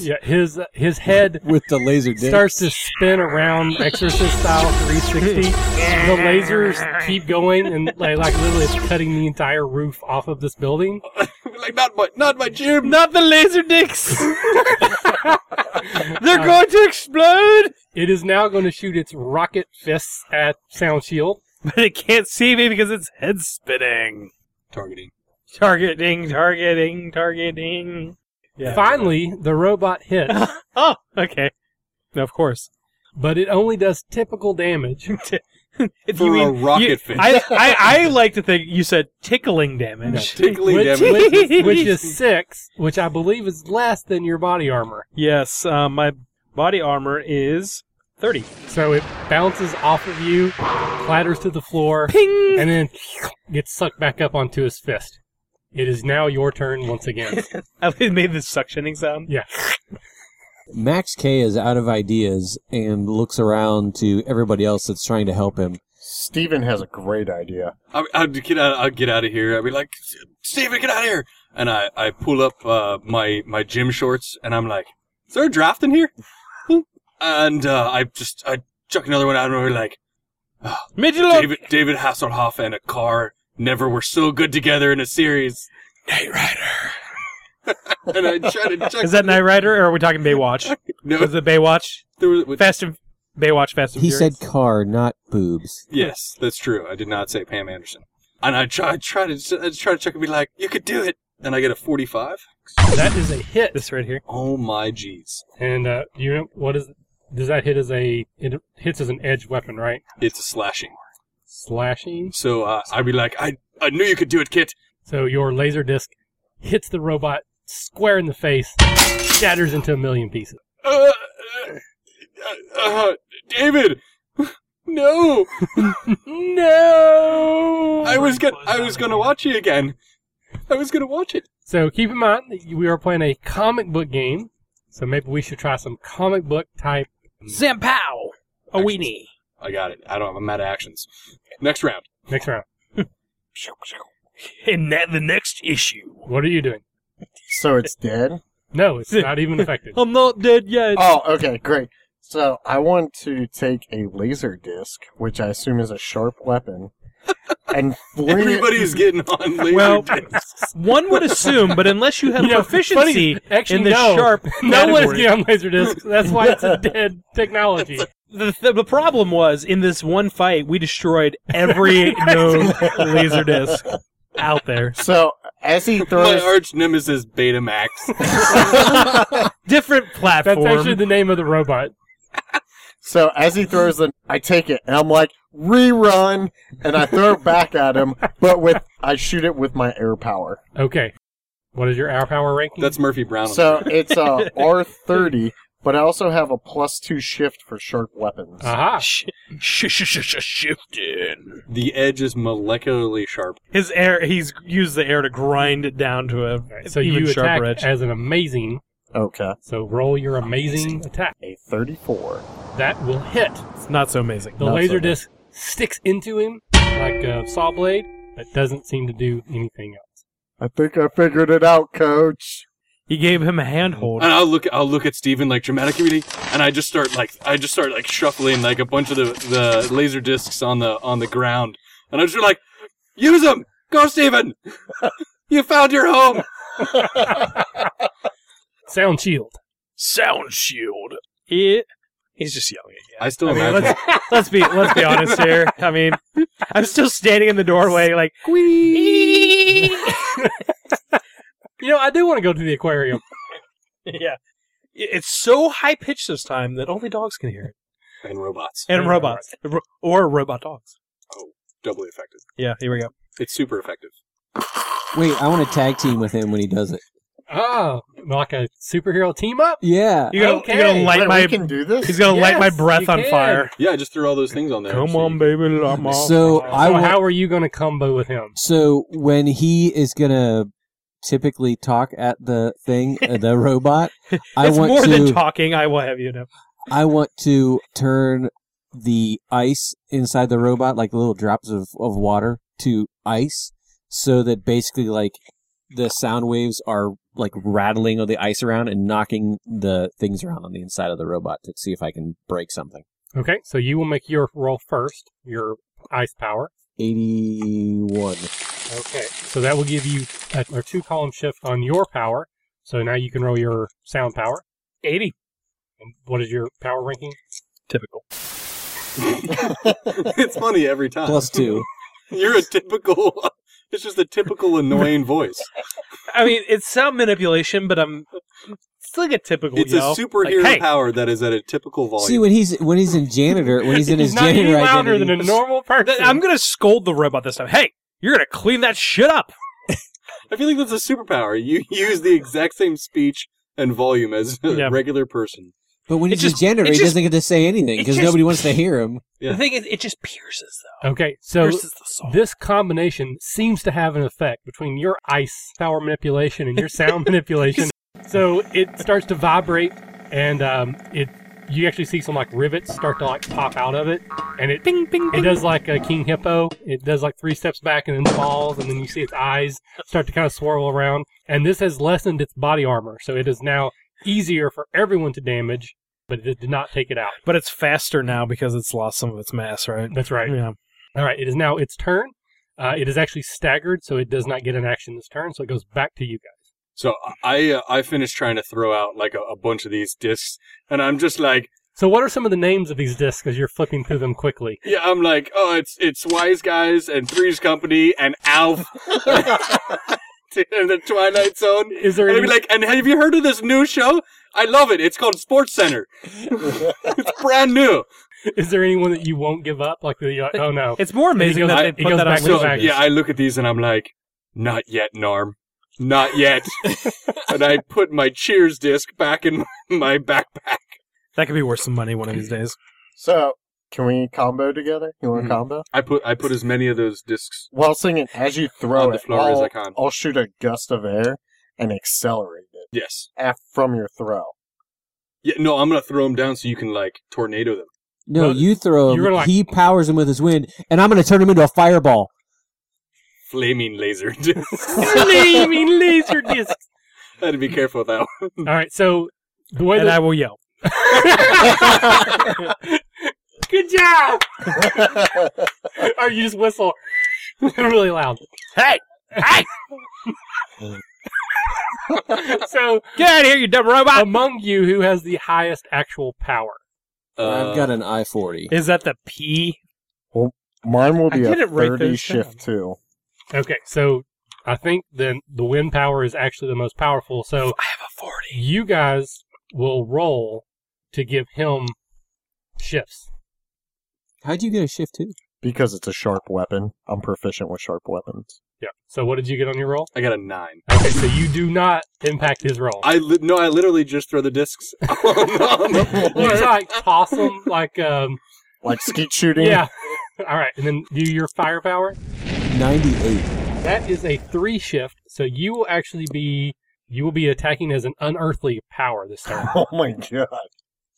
Yeah, his his head With the laser disc. starts to spin around Exorcist style 360. the lasers keep going, and like, like literally, it's cutting the entire roof off of this building. like not my not my gym. Not the laser dicks. They're Uh, going to explode. It is now going to shoot its rocket fists at Sound Shield. But it can't see me because its head's spinning. Targeting. Targeting, targeting, targeting. Yeah. Finally, the robot hits, oh, okay. Of course. but it only does typical damage. If For you a mean- rocket you- fist. I, I, I like to think you said tickling damage. Tickling Which- damage. Which is six, which I believe is less than your body armor. Yes, um, my body uh, armor is Thirty. So it bounces off of you, clatters to the floor, Ping. and then gets sucked back up onto his fist. It is now your turn once again. At least made the suctioning sound. yeah. Max K is out of ideas and looks around to everybody else that's trying to help him. Steven has a great idea. I, I'd get out. I'd get out of here. I'd be like, Steven, get out of here! And I, I pull up uh, my my gym shorts, and I'm like, Is there a draft in here? and uh, I just I chuck another one out, and we're like, Midget David David Hasselhoff and a car never were so good together in a series. Night Rider. and I try to chuck. Is that Knight Rider or are we talking Baywatch? No, Was it Baywatch? there was, Fast and Baywatch. Fast and He Furious. said car, not boobs. Yes, that's true. I did not say Pam Anderson. And I try, I try to, I try to check and be like, you could do it. And I get a 45. That is a hit. this right here. Oh my jeez. And uh, do you know what is? Does that hit as a? It hits as an edge weapon, right? It's a slashing. Slashing. So uh, I'd be like, I, I knew you could do it, Kit. So your laser disc hits the robot square in the face, shatters into a million pieces. Uh, uh, uh, David, no, No. I was gonna, I was gonna watch it again. I was gonna watch it. So keep in mind that we are playing a comic book game. So maybe we should try some comic book type. Zampow. A weenie. I got it. I don't have a meta actions. Next round. Next round. And that the next issue. What are you doing? So it's dead? No, it's not even affected. I'm not dead yet. Oh, okay, great. So I want to take a laser disc, which I assume is a sharp weapon, and fling Everybody's getting on laser Well- discs. One would assume, but unless you have You know, proficiency funny- actually, in the no. sharp no one's category- getting on laser discs. That's why it's a dead technology. the, the, the problem was in this one fight we destroyed every known laser disc out there. it. So as he My throws, arch nemesis Betamax. Different That's platform. actually the name of the robot. so as he throws the, I take it and I'm like rerun, and I throw it back at him, but with I shoot it with my air power. Okay. What is your hour power ranking? That's Murphy Brown. So it's a R thirty, but I also have a plus two shift for sharp weapons. Ah. Aha. sh- sh- sh- sh- sh- shifting. The edge is molecularly sharp. His air. He's used the air to grind it down to a Alright, so even you attack sharper edge. as an amazing. Okay, So roll your amazing, attack. a thirty-four. That will hit. It's not so amazing. The Not so laser good. disc sticks into him like a saw blade, but doesn't seem to do anything else. I think I figured it out, Coach. He gave him a handhold. And I'll look, I'll look at Steven like dramatic comedy, and I just start like, I just start like shuffling like a bunch of the, the laser discs on the on the ground, and I'm just like, use them, go Steven! you found your home. Sound shield. Sound shield. He, he's just yelling. At you. I still I mean, imagine. let's, let's be let's be honest here. I mean, I'm still standing in the doorway, like You know, I do want to go to the aquarium. yeah. It- It's so high pitched this time that only dogs can hear it, and robots, and And robots, Ro- or robot dogs. doubly effective. Yeah, here we go. It's super effective. Wait, I want to tag team with him when he does it. Oh, like a superhero team up? Yeah. You're gonna, Okay. you're gonna light Wait, my we can do this. he's gonna light my Yes, breath you on can. fire. Yeah, I just threw all those things on there. Come So on, baby, I'm all. So So I want, how are you going to combo with him? so when he is gonna typically talk at the thing, uh, the robot, I it's want more to than talking. I will have you know. I want to turn the ice inside the robot, like little drops of, of water, to ice, so that basically, like, the sound waves are, like, rattling of the ice around and knocking the things around on the inside of the robot to see if I can break something. Okay, so you will make your roll first, your ice power. 81. Okay, so that will give you a, a two column shift on your power. So now you can roll your sound power. 80. And what is your power ranking? Typical. it's funny every time. Plus two. You're a typical. It's just a typical annoying voice. I mean, it's sound manipulation, but I'm it's like a typical It's a yell. superhero Like, hey. power that is at a typical volume. See, when he's when he's in janitor, when he's in He's his not any janitor louder identity, than a normal person. Th- I'm gonna scold the robot this time. Hey, you're gonna clean that shit up. I feel like that's a superpower. You use the exact same speech and volume as a Yeah. regular person. But when It's he's a just- gender, it's he just- doesn't get to say anything it's because just- nobody wants to hear him. Yeah. The thing is, it just pierces though. Okay, so pierces the soul. this combination seems to have an effect between your ice power manipulation and your sound manipulation. So it starts to vibrate, and um, it you actually see some like rivets start to like pop out of it, and it Bing, bing, it bing. does like a king hippo. It does like three steps back and then falls, and then you see its eyes start to kind of swirl around. And this has lessened its body armor, so it is now easier for everyone to damage, but it did not take it out. But it's faster now because it's lost some of its mass, right? That's right. Yeah. All right, it is now its turn. Uh, it is actually staggered, so it does not get an action this turn, so it goes back to you guys. So I uh, I finished trying to throw out like a, a bunch of these discs, and I'm just like, So, what are some of the names of these discs as you're flipping through them quickly? yeah, I'm like, oh, it's it's Wise Guys and Three's Company and Alf and the Twilight Zone. Is there And I'd any, be like, and have you heard of this new show? I love it. It's called Sports Center. it's brand new. is there anyone that you won't give up? Like, you're like oh no, It's more amazing goes- that it they put goes that on back to So Wikipedia. back. yeah, I look at these and I'm like, not yet, Norm. Not yet. and I put my Cheers disc back in my backpack. That could be worth some money one of these days. So, can we combo together? You want to Mhm. combo? I put I put as many of those discs While singing, as you throw on the it, floor as I'll- I can. I'll shoot a gust of air and accelerate it Yes. af- from your throw. Yeah. No, I'm gonna throw them down so you can like tornado them. No, Well, you throw him. you're gonna like- he powers him with his wind, and I'm going to turn him into a fireball. Flaming laser disc. flaming laser discs. I had to be careful with that. One. All right, so the way And that I will yell. good job, or you just whistle really loud. Hey, hey, So, get out of here, you dumb Oh, robot! among you, who has the highest actual power? Uh, I've got an I forty. Is that the P? Mine will I be a did it right 30 those shift, too. Okay, so I think then the wind power is actually the most powerful. So I have a forty. you guys will roll to give him shifts. How'd you get a shift too? Because it's a sharp weapon. I'm proficient with sharp weapons. Yeah. So what did you get on your roll? I got a nine. Okay, so you do not impact his roll. I li- no, I literally just throw the discs. on the you just floor. like toss him like um Like skeet shooting? yeah. All right, and then do your firepower. Ninety eight. That is a three shift, so you will actually be you will be attacking as an unearthly power this turn. Oh my god.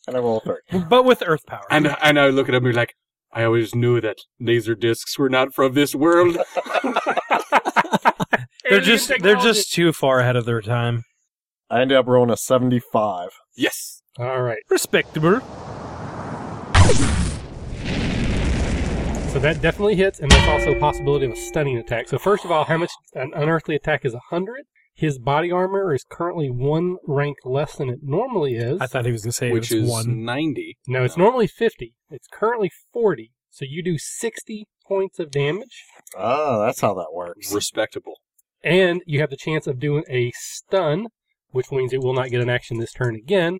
And I roll a 30. But with earth power. and and I look at him and be like, I always knew that laser discs were not from this world. they're Alien just they're technology. just too far ahead of their time. I ended up rolling a 75. yes. all right. Respectable. So that definitely hits, and that's also a possibility of a stunning attack. So first of all, how much an unearthly attack is hundred. His body armor is currently one rank less than it normally is. I thought he was gonna say Which it was is one. ninety. no, it's normally fifty. It's currently forty. So you do sixty points of damage, Oh, that's how that works. Respectable. and you have the chance of doing a stun, which means it will not get an action this turn again.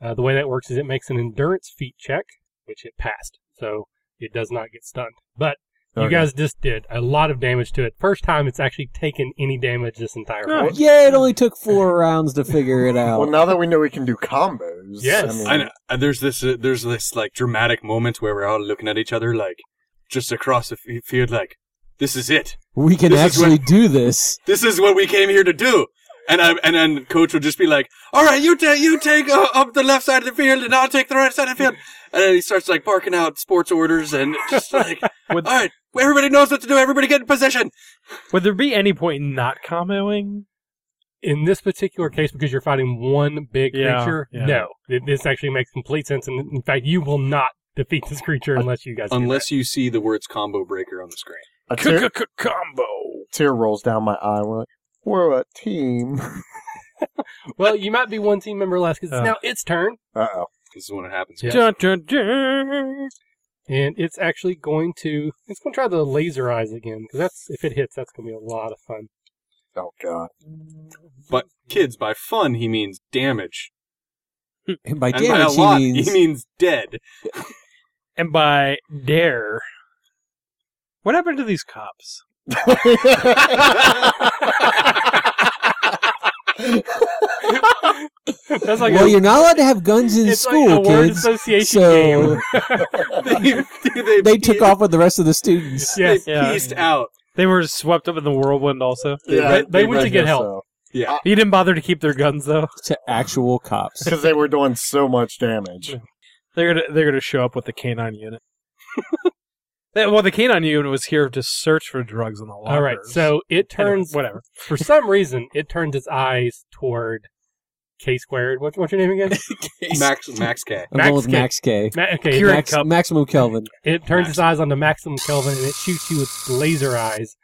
Uh, the way that works is it makes an endurance feat check, which it passed, so it does not get stunned. But You Okay. guys just did a lot of damage to it. First time it's actually taken any damage this entire round. Yeah, it only took four rounds to figure it out. Well, now that we know we can do combos. Yes. I mean, I know, and there's this uh, there's this like dramatic moment where we're all looking at each other like just across the f- field like this is it we can This is actually do this. this is what we came here to do and I, and then coach will just be like all right you take you take uh, up the left side of the field and I'll take the right side of the field and then he starts like barking out sports orders and just like all Would- right well, everybody knows what to do everybody get in position Would there be any point in not comboing? In this particular case, because you're fighting one big Yeah, creature, yeah. no. Th- This actually makes complete sense. And in fact, you will not defeat this creature unless you guys. do unless you see the words combo breaker on the screen a tear, Combo. tear rolls down my eye. We're like, we're a team. that. Well, you might be one team member less because Uh. it's now its turn. Uh oh. this is when it happens Yeah. Dun, dun, dun. And it's actually going to. It's going to try the laser eyes again because that's if it hits, that's going to be a lot of fun. Oh god. but kids by fun he means damage And by and by a damage, lot he means he means dead And by dare. What happened to these cops? That's like well, a, you're not allowed to have guns in it's school, like a word kids. association So- game. they, they, They took off with the rest of the students. yes, They Yeah. pieced out. They were swept up in the whirlwind. Also, they- they went to get help. Yeah. you didn't bother to keep their guns though. to actual cops. because they were doing so much damage. They're gonna they're gonna show up with the canine unit. Yeah, well, the canine unit was here to search for drugs in the lockers. All right, so it Anyway, turns whatever. for some reason it turns its eyes toward K squared. What, what's your name again? Max Max K. I'm Max going with K. Max K. Ma- okay, Keurig Max, cup. Maximum Kelvin. It turns its eyes onto Maximum Kelvin and it shoots you with laser eyes,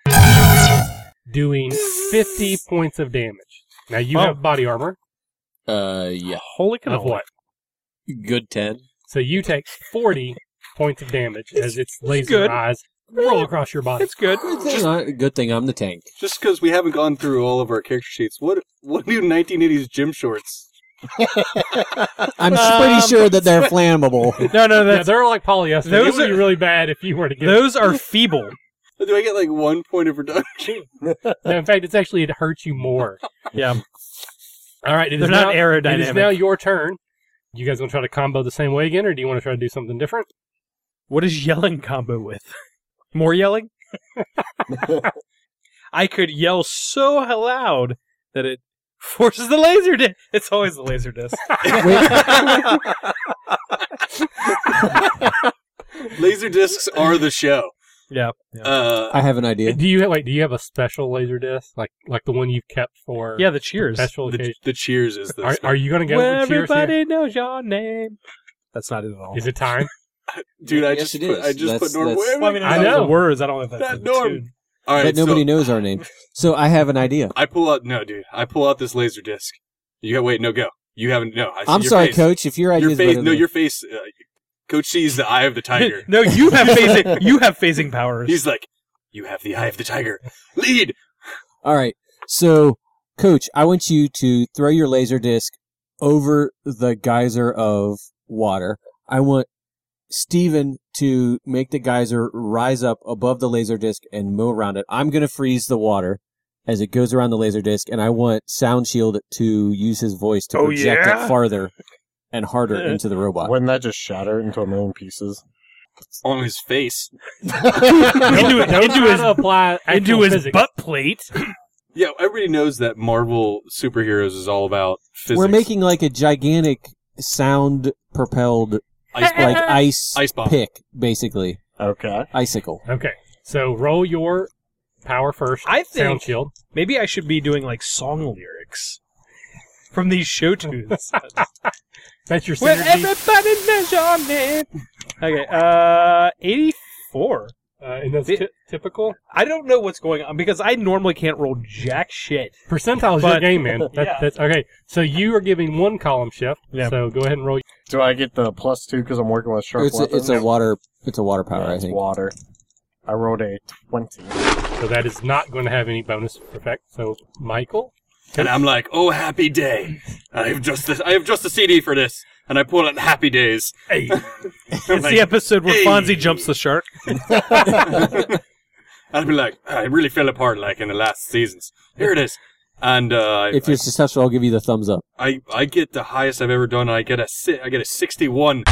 doing 50 points of damage. Now you Oh. have body armor Uh, yeah. Holy of cannoli! what? Good ten. So you take 40 points of damage as its laser good. eyes roll across your body. It's good. Good thing, I- good thing I'm the tank. Just because we haven't gone through all of our character sheets, what what do 1980s gym shorts? I'm Um, pretty sure that they're flammable. No, no, Yeah, that's, they're like polyester. Those Those it would be are- really bad if you were to get those are feeble. Do I get like one point of reduction? No, in fact, it's actually it hurts you more. Yeah, All right, it is they're not now, It is aerodynamic. now your turn. You guys want to try to combo the same way again, or do you want to try to do something different? what is yelling combo with? More yelling? I could yell so loud that it forces the laser disc. It's always the laser disc. Laser discs are the show. yeah, yeah. Uh, I have an idea. Do you have, like? Do you have a special laser disc, like like the one you've kept for yeah. The cheers. special the, occasion? the cheers is the. Are, are you gonna go Well, with cheers? Here? everybody knows your name. That's not it at all. Is it time? Dude, I Yes, just it put, is. I just That's- put Norm. that's- Well, I mean, I, I know know. the words. I don't know if that's That the norm. tune. all right, but nobody so knows our name. So I have an idea. I pull out. No, dude, I pull out this laser disc. You got wait. No, go. You haven't. No, I see I'm your sorry, face. Coach. If your idea Your is face. better No, than- your face. Uh, Coach sees the eye of the tiger. no, you have phasing. You have phasing powers. He's like, "You have the eye of the tiger. Lead." All right. So, Coach, I want you to throw your laser disc over the geyser of water. I want Steven to make the geyser rise up above the laser disc and move around it. I'm going to freeze the water as it goes around the laser disc, and I want Sound Shield to use his voice to Oh, project yeah? it farther and harder into the robot. Wouldn't that just shatter into a million pieces? on his face. Into- Don't into try his- to apply into actual his physics. butt plate. Yeah, everybody knows that Marvel superheroes is all about physics. We're making like a gigantic sound propelled, ice ball. like ice, Ice bomb. pick, basically. Okay. Icicle. Okay, so roll your power first. I Sound think- shield. Maybe I should be doing like song lyrics from these show tunes. That's your Where synergy. everybody knows your name. Okay, uh, eighty-four. Uh, and that's It- ty- typical. I don't know what's going on because I normally can't roll jack shit. Percentile is your But- game, man. That, Yeah. That's okay. So you are giving one column shift. Yeah. So go ahead and roll. Do I get the plus two because I'm working with sharp It's a, weapons? it's a water. It's a water power. Yeah, I it's think. water. I rolled a twenty. So that is not going to have any bonus effect. So Michael, And I'm like, oh, happy day. I have just the, I have just the CD for this. And I pull out Happy Days. hey, I'm It's the like, episode where Hey. Fonzie jumps the shark. I'll be like, I really fell apart like in the last seasons. Here it is. And uh, If you're successful, I'll give you the thumbs up. I, I get the highest I've ever done. I get a si- I get a 61.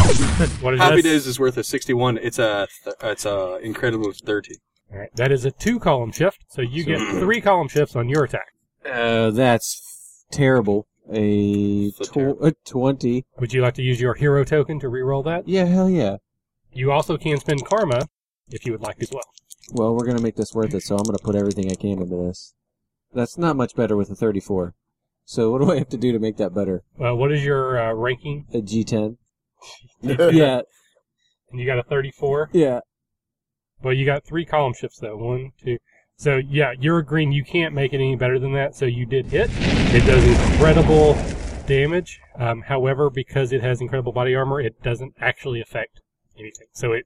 what is Happy this? Days is worth a 61. It's a th- it's a incredible 30. All right, that is a two column shift. So you get three column shifts on your attack. Uh, that's terrible. A, So tw- terrible. a twenty. Would you like to use your hero token to reroll that? Yeah, hell yeah. You also can spend karma if you would like as well. Well, we're gonna make this worth it, so I'm gonna put everything I can into this. That's not much better with a 34. So what do I have to do to make that better? Uh, what is your uh, ranking? A G10. yeah, And you got a 34. yeah. Well, you got three column shifts though. One, two. So yeah, you're green. You can't make it any better than that. So you did hit. It does incredible damage. Um, however, because it has incredible body armor, it doesn't actually affect anything. So it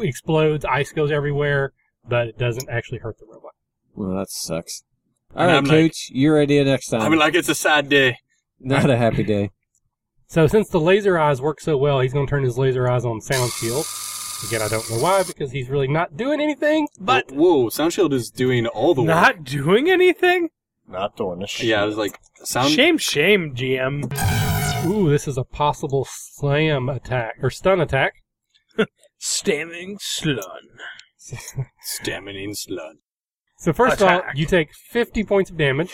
explodes. Ice goes everywhere, but it doesn't actually hurt the robot. Well, that sucks. All And right, I'm like- Coach, your idea next time. I'm like, it's a sad day. not a happy day. So since the laser eyes work so well, he's going to turn his laser eyes on Sound Shield. Again, I don't know why because he's really not doing anything. But Whoa, Sound Shield is doing all the work. Not doing anything. Not doing this shit. Yeah, I was like, Sound shame, shame, GM. Ooh, this is a possible slam attack or stun attack. Standing slun. stamina slud. So first of all, Attack. you take 50 points of damage,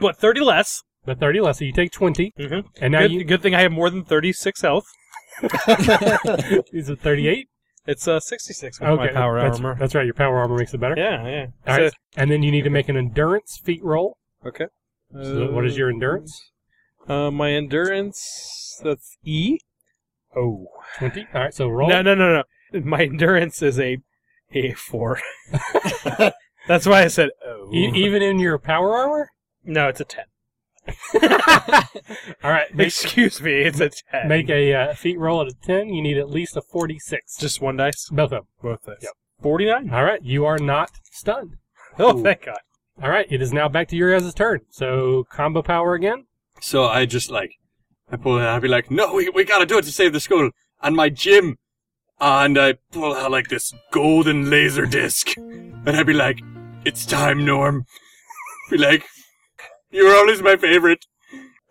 But 30 less. but 30 less, so you take 20, Mhm. and now good, you good thing I have more than 36 health. is it 38? It's uh, 66 with Okay, my power that's, armor. That's right. Your power armor makes it better. Yeah, yeah. All right. And then you need to make an endurance feat roll. Okay. So what is your endurance? Uh, my endurance. That's E. Oh. 20. All right. So roll. No, no, no, no. My endurance is a a four. That's why I said oh. E- even in your power armor. no, it's a ten. All right. Make, Excuse me, it's a ten. make a uh, feat roll at a 10. You need at least a 46. just one dice. both of Both dice. Yep. Forty nine. them. All right. You are not stunned. Oh, thank God. All right. It is now back to your guys' turn. So combo power again. So I just like, I pull it out. I'd be like, no, we, we gotta do it to save the school and my gym. And I pull out like this golden laser disc. And I'd be like, it's time, Norm. Be like, you were always my favorite.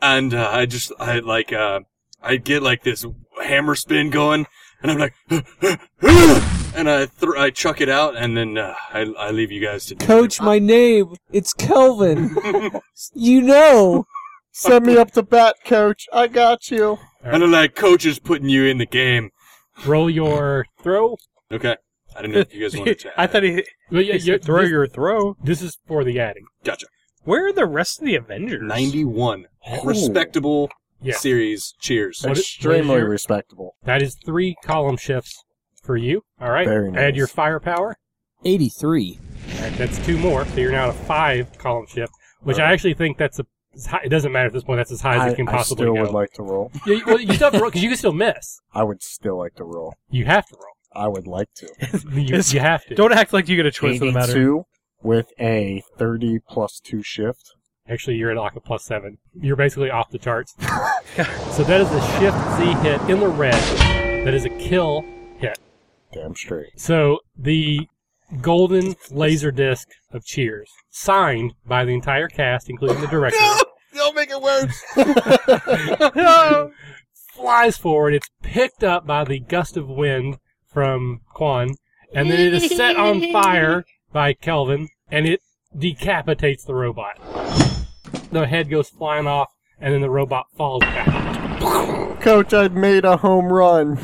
And uh, I just, I like, uh, I get like this hammer spin going. And I'm like, and I, thr I chuck it out. And then uh, I, I leave you guys to do it. Coach, my name. It's Kelvin. you know. Send me up to bat, coach. I got you. And I'm like, coach is putting you in the game. Roll your throw. Okay. I don't know if you guys wanted to. I thought he Well, yeah, he you- said throw this, your throw. this is for the adding. Gotcha. Where are the rest of the Avengers? 91. Oh. Respectable Yeah. series. Cheers. What is- Extremely what is your- respectable. That is three column shifts for you. All right. Very nice. Add your firepower. 83. All right, that's two more. So you're now at a five column shift, which I actually think that's a. it's high- It doesn't matter at this point. That's as high as I, it can I possibly still go. would like to roll. yeah, you- well, you still have to roll because you can still miss. I would still like to roll. You have to roll. I would like to. You, you have to. Don't act like you get a choice in the matter. 82 with a 30 plus 2 shift. Actually, you're at like a plus seven. You're basically off the charts. so that is a shift Z hit in the red. That is a kill hit. Damn straight. So the golden laser disc of Cheers, signed by the entire cast, including the director. Don't make it worse. flies forward. It's picked up by the gust of wind from Quan, and then it is set on fire by Kelvin, and it decapitates the robot. The head goes flying off, and then the robot falls back. Coach, I'd made a home run.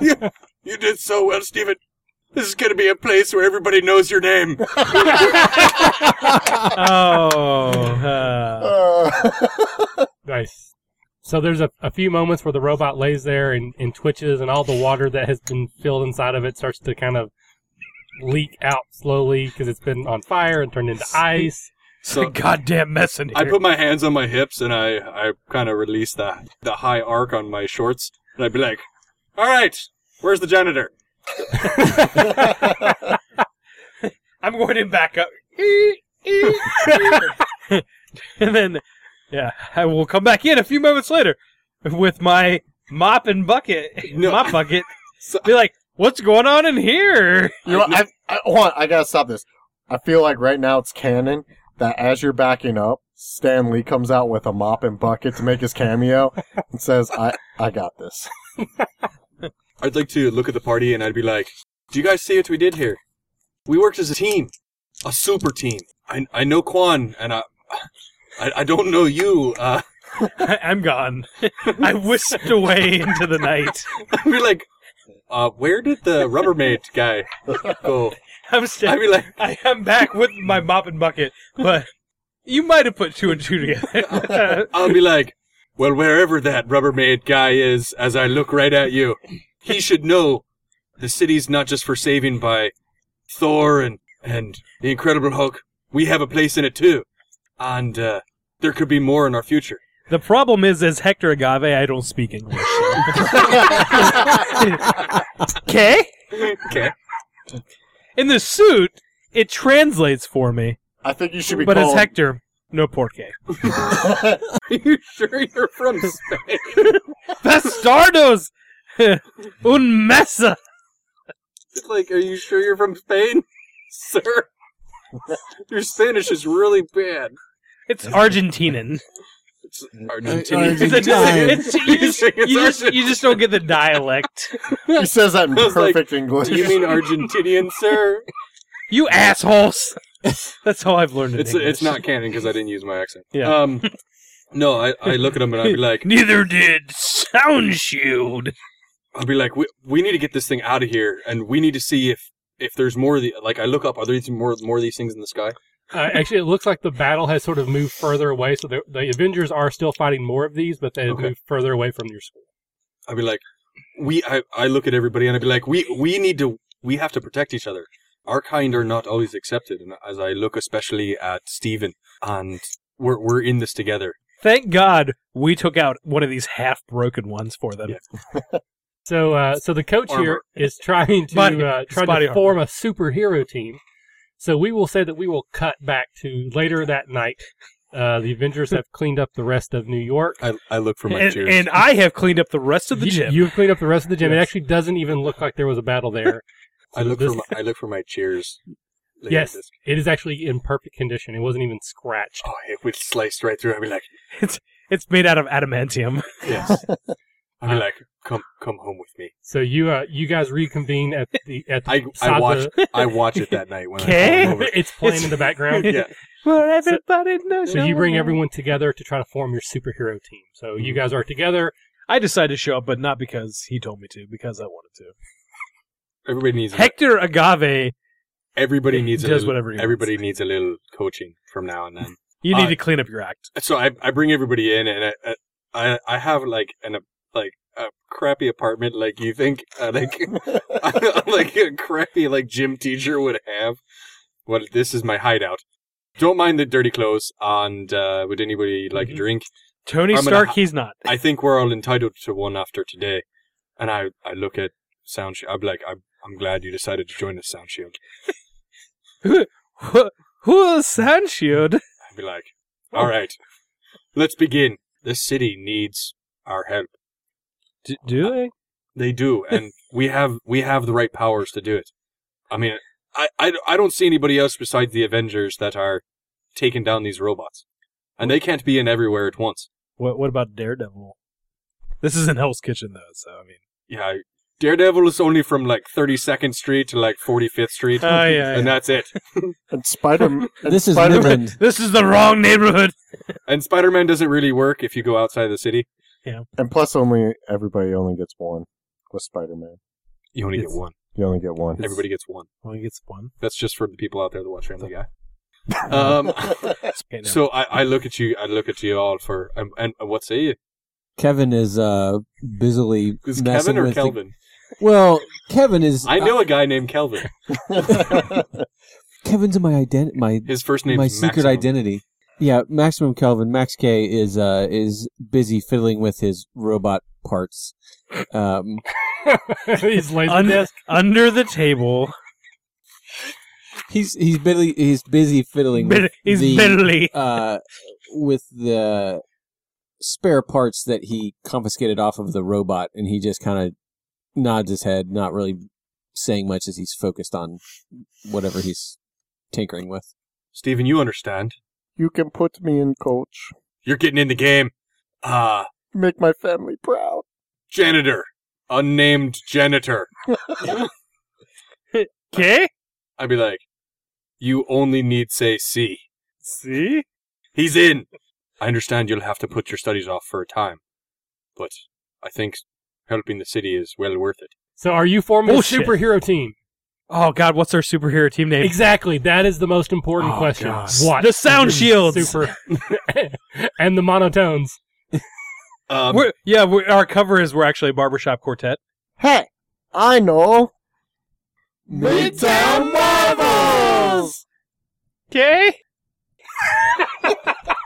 you did so well, Steven. This is going to be a place where everybody knows your name. oh, uh, Uh, Nice. So there's a, a few moments where the robot lays there and, and twitches, and all the water that has been filled inside of it starts to kind of leak out slowly because it's been on fire and turned into ice. the So goddamn mess in here. I put my hands on my hips and I, I kind of release the, the high arc on my shorts. And I'd be like, all right, where's the janitor? I'm going to back up. and then, yeah, I will come back in a few moments later with my mop and bucket, No. mop bucket. So- Be like, what's going on in here? you know, what, I, I, hold on, I gotta stop this. I feel like right now it's canon that as you're backing up, Stan Lee comes out with a mop and bucket to make his cameo and says, I, I got this. I'd like to look at the party and I'd be like, do you guys see what we did here? We worked as a team, a super team. I, I know Quan and I, I, I don't know you. Uh, I'm gone. I whisked away into the night. I'd be like, uh, where did the Rubbermaid guy go? I'm I'd st- be like, I am back with my mop and bucket, but you might have put two and two together. I'll be like, well, wherever that Rubbermaid guy is, as I look right at you, he should know the city's not just for saving by Thor and, and the Incredible Hulk. We have a place in it too. And, uh, there could be more in our future. the problem is, as Hector Agave, I don't speak English. okay. Okay. In the suit, it translates for me. I think you should be But as called Hector, no porque. Are you sure you're from Spain? Bastardos! Un mesa! Like, are you sure you're from Spain? Sir? Your Spanish is really bad. It's Argentinian. It's It's a- Uh, Argentinian. it's a- it's- you just- It's you just- you just don't get the dialect. He says that in I was like, perfect English. Do you mean Argentinian, sir? You assholes. That's all I've learned. In It's English. it's not canon because I didn't use my accent. Yeah. Um, no, I, I look at him and I'd be like, Neither did Sound Shield. I'll be like, we, we need to get this thing out of here, and we need to see if if there's more of the like. I look up, are there more more of these things in the sky? Uh, actually, it looks like the battle has sort of moved further away. So the, the Avengers are still fighting more of these, but they've Okay. moved further away from your school. I'd be like, we. I, I look at everybody and I'd be like, we we need to we have to protect each other. Our kind are not always accepted, and as I look especially at Steven, and we're we're in this together. Thank God we took out one of these half broken ones for them. Yeah. So, uh, so the coach here Armor. is trying to Body- uh, it's trying body to armor. form a superhero team. So we will say that we will cut back to later that night. Uh, the Avengers have cleaned up the rest of New York. I, I look for my And, cheers. and I have cleaned up the rest of the You- gym. You've cleaned up the rest of the gym. It actually doesn't even look like there was a battle there. I look this- for my, I look for my cheers. later Yes. this- It is actually in perfect condition. It wasn't even scratched. Oh, it would slice right through. I'd be like, it's made out of adamantium. yes. I'd be like, come come home with me. So you uh, you guys reconvene at the at the I I side watch of I watch it that night when I Okay. come the- over. it's playing in the background. Yeah. Well, everybody knows. So you bring everyone together to try to form your superhero team. So you guys are together. I decided to show up, but not because he told me to, because I wanted to. Everybody needs a, Hector Agave everybody needs a does little, whatever he wants. everybody needs a little coaching from now and then. You need Uh, to clean up your act. so I I bring everybody in and I I, I have like an a, like a crappy apartment like you think uh, like like a crappy like gym teacher would have. Well, this is my hideout. Don't mind the dirty clothes and uh, would anybody like a Mhm. drink? Tony I'm gonna Stark, ha- he's not. I think we're all entitled to one after today. And I, I look at Sound Shield. I'm like, I'm, I'm glad you decided to join the Sound Shield. Who, who is Sanchiod? I'd be like, all right, let's begin. This city needs our help. Do, do they? They do, and we have we have the right powers to do it. I mean, I, I, I don't see anybody else besides the Avengers that are taking down these robots, and they can't be in everywhere at once. What, what about Daredevil? This is in Hell's Kitchen, though, so I mean. Yeah, Daredevil is only from like 32nd Street to like 45th Street, Oh, yeah, and yeah. that's it. and Spider and This is Spider- Midland. This is the wrong neighborhood. And Spider Man doesn't really work if you go outside the city. and plus only everybody only gets one with Spider Man. You only It's- get one. You only get one. Everybody gets one. Well, he gets one. That's just for the people out there that watch Family Guy. Um, Okay, no. so I, I look at you. I look at you all for. And, and what say you? Kevin is uh, busily Is messing Kevin or with the- Kelvin? well, Kevin is. uh, I know a guy named Kelvin. Kevin's in my ident- my His first name my is secret Maximum. identity. Yeah, Maximum Kelvin, Max K is uh, is busy fiddling with his robot parts. Um, He's laser Un- disc. under the table. he's he's busy he's busy fiddling with Bid- He's the Billy. uh, with the spare parts that he confiscated off of the robot, and he just kind of nods his head, not really saying much as he's focused on whatever he's tinkering with. Steven, you understand. you can put me in, coach. You're getting in the game. Uh, Make my family proud. janitor. Unnamed janitor. Okay. I'd be like, you only need say C. See? He's in. I understand you'll have to put your studies off for a time, but I think helping the city is well worth it. So are you forming Bullshit. a superhero team? Oh God, what's our superhero team name? Exactly. That is the most important Oh, question. God. What? The sound shields. Super. and the monotones. Um, We're, yeah, we our cover is we're actually a barbershop quartet. Hey, I know. Midtown Marvels! Okay.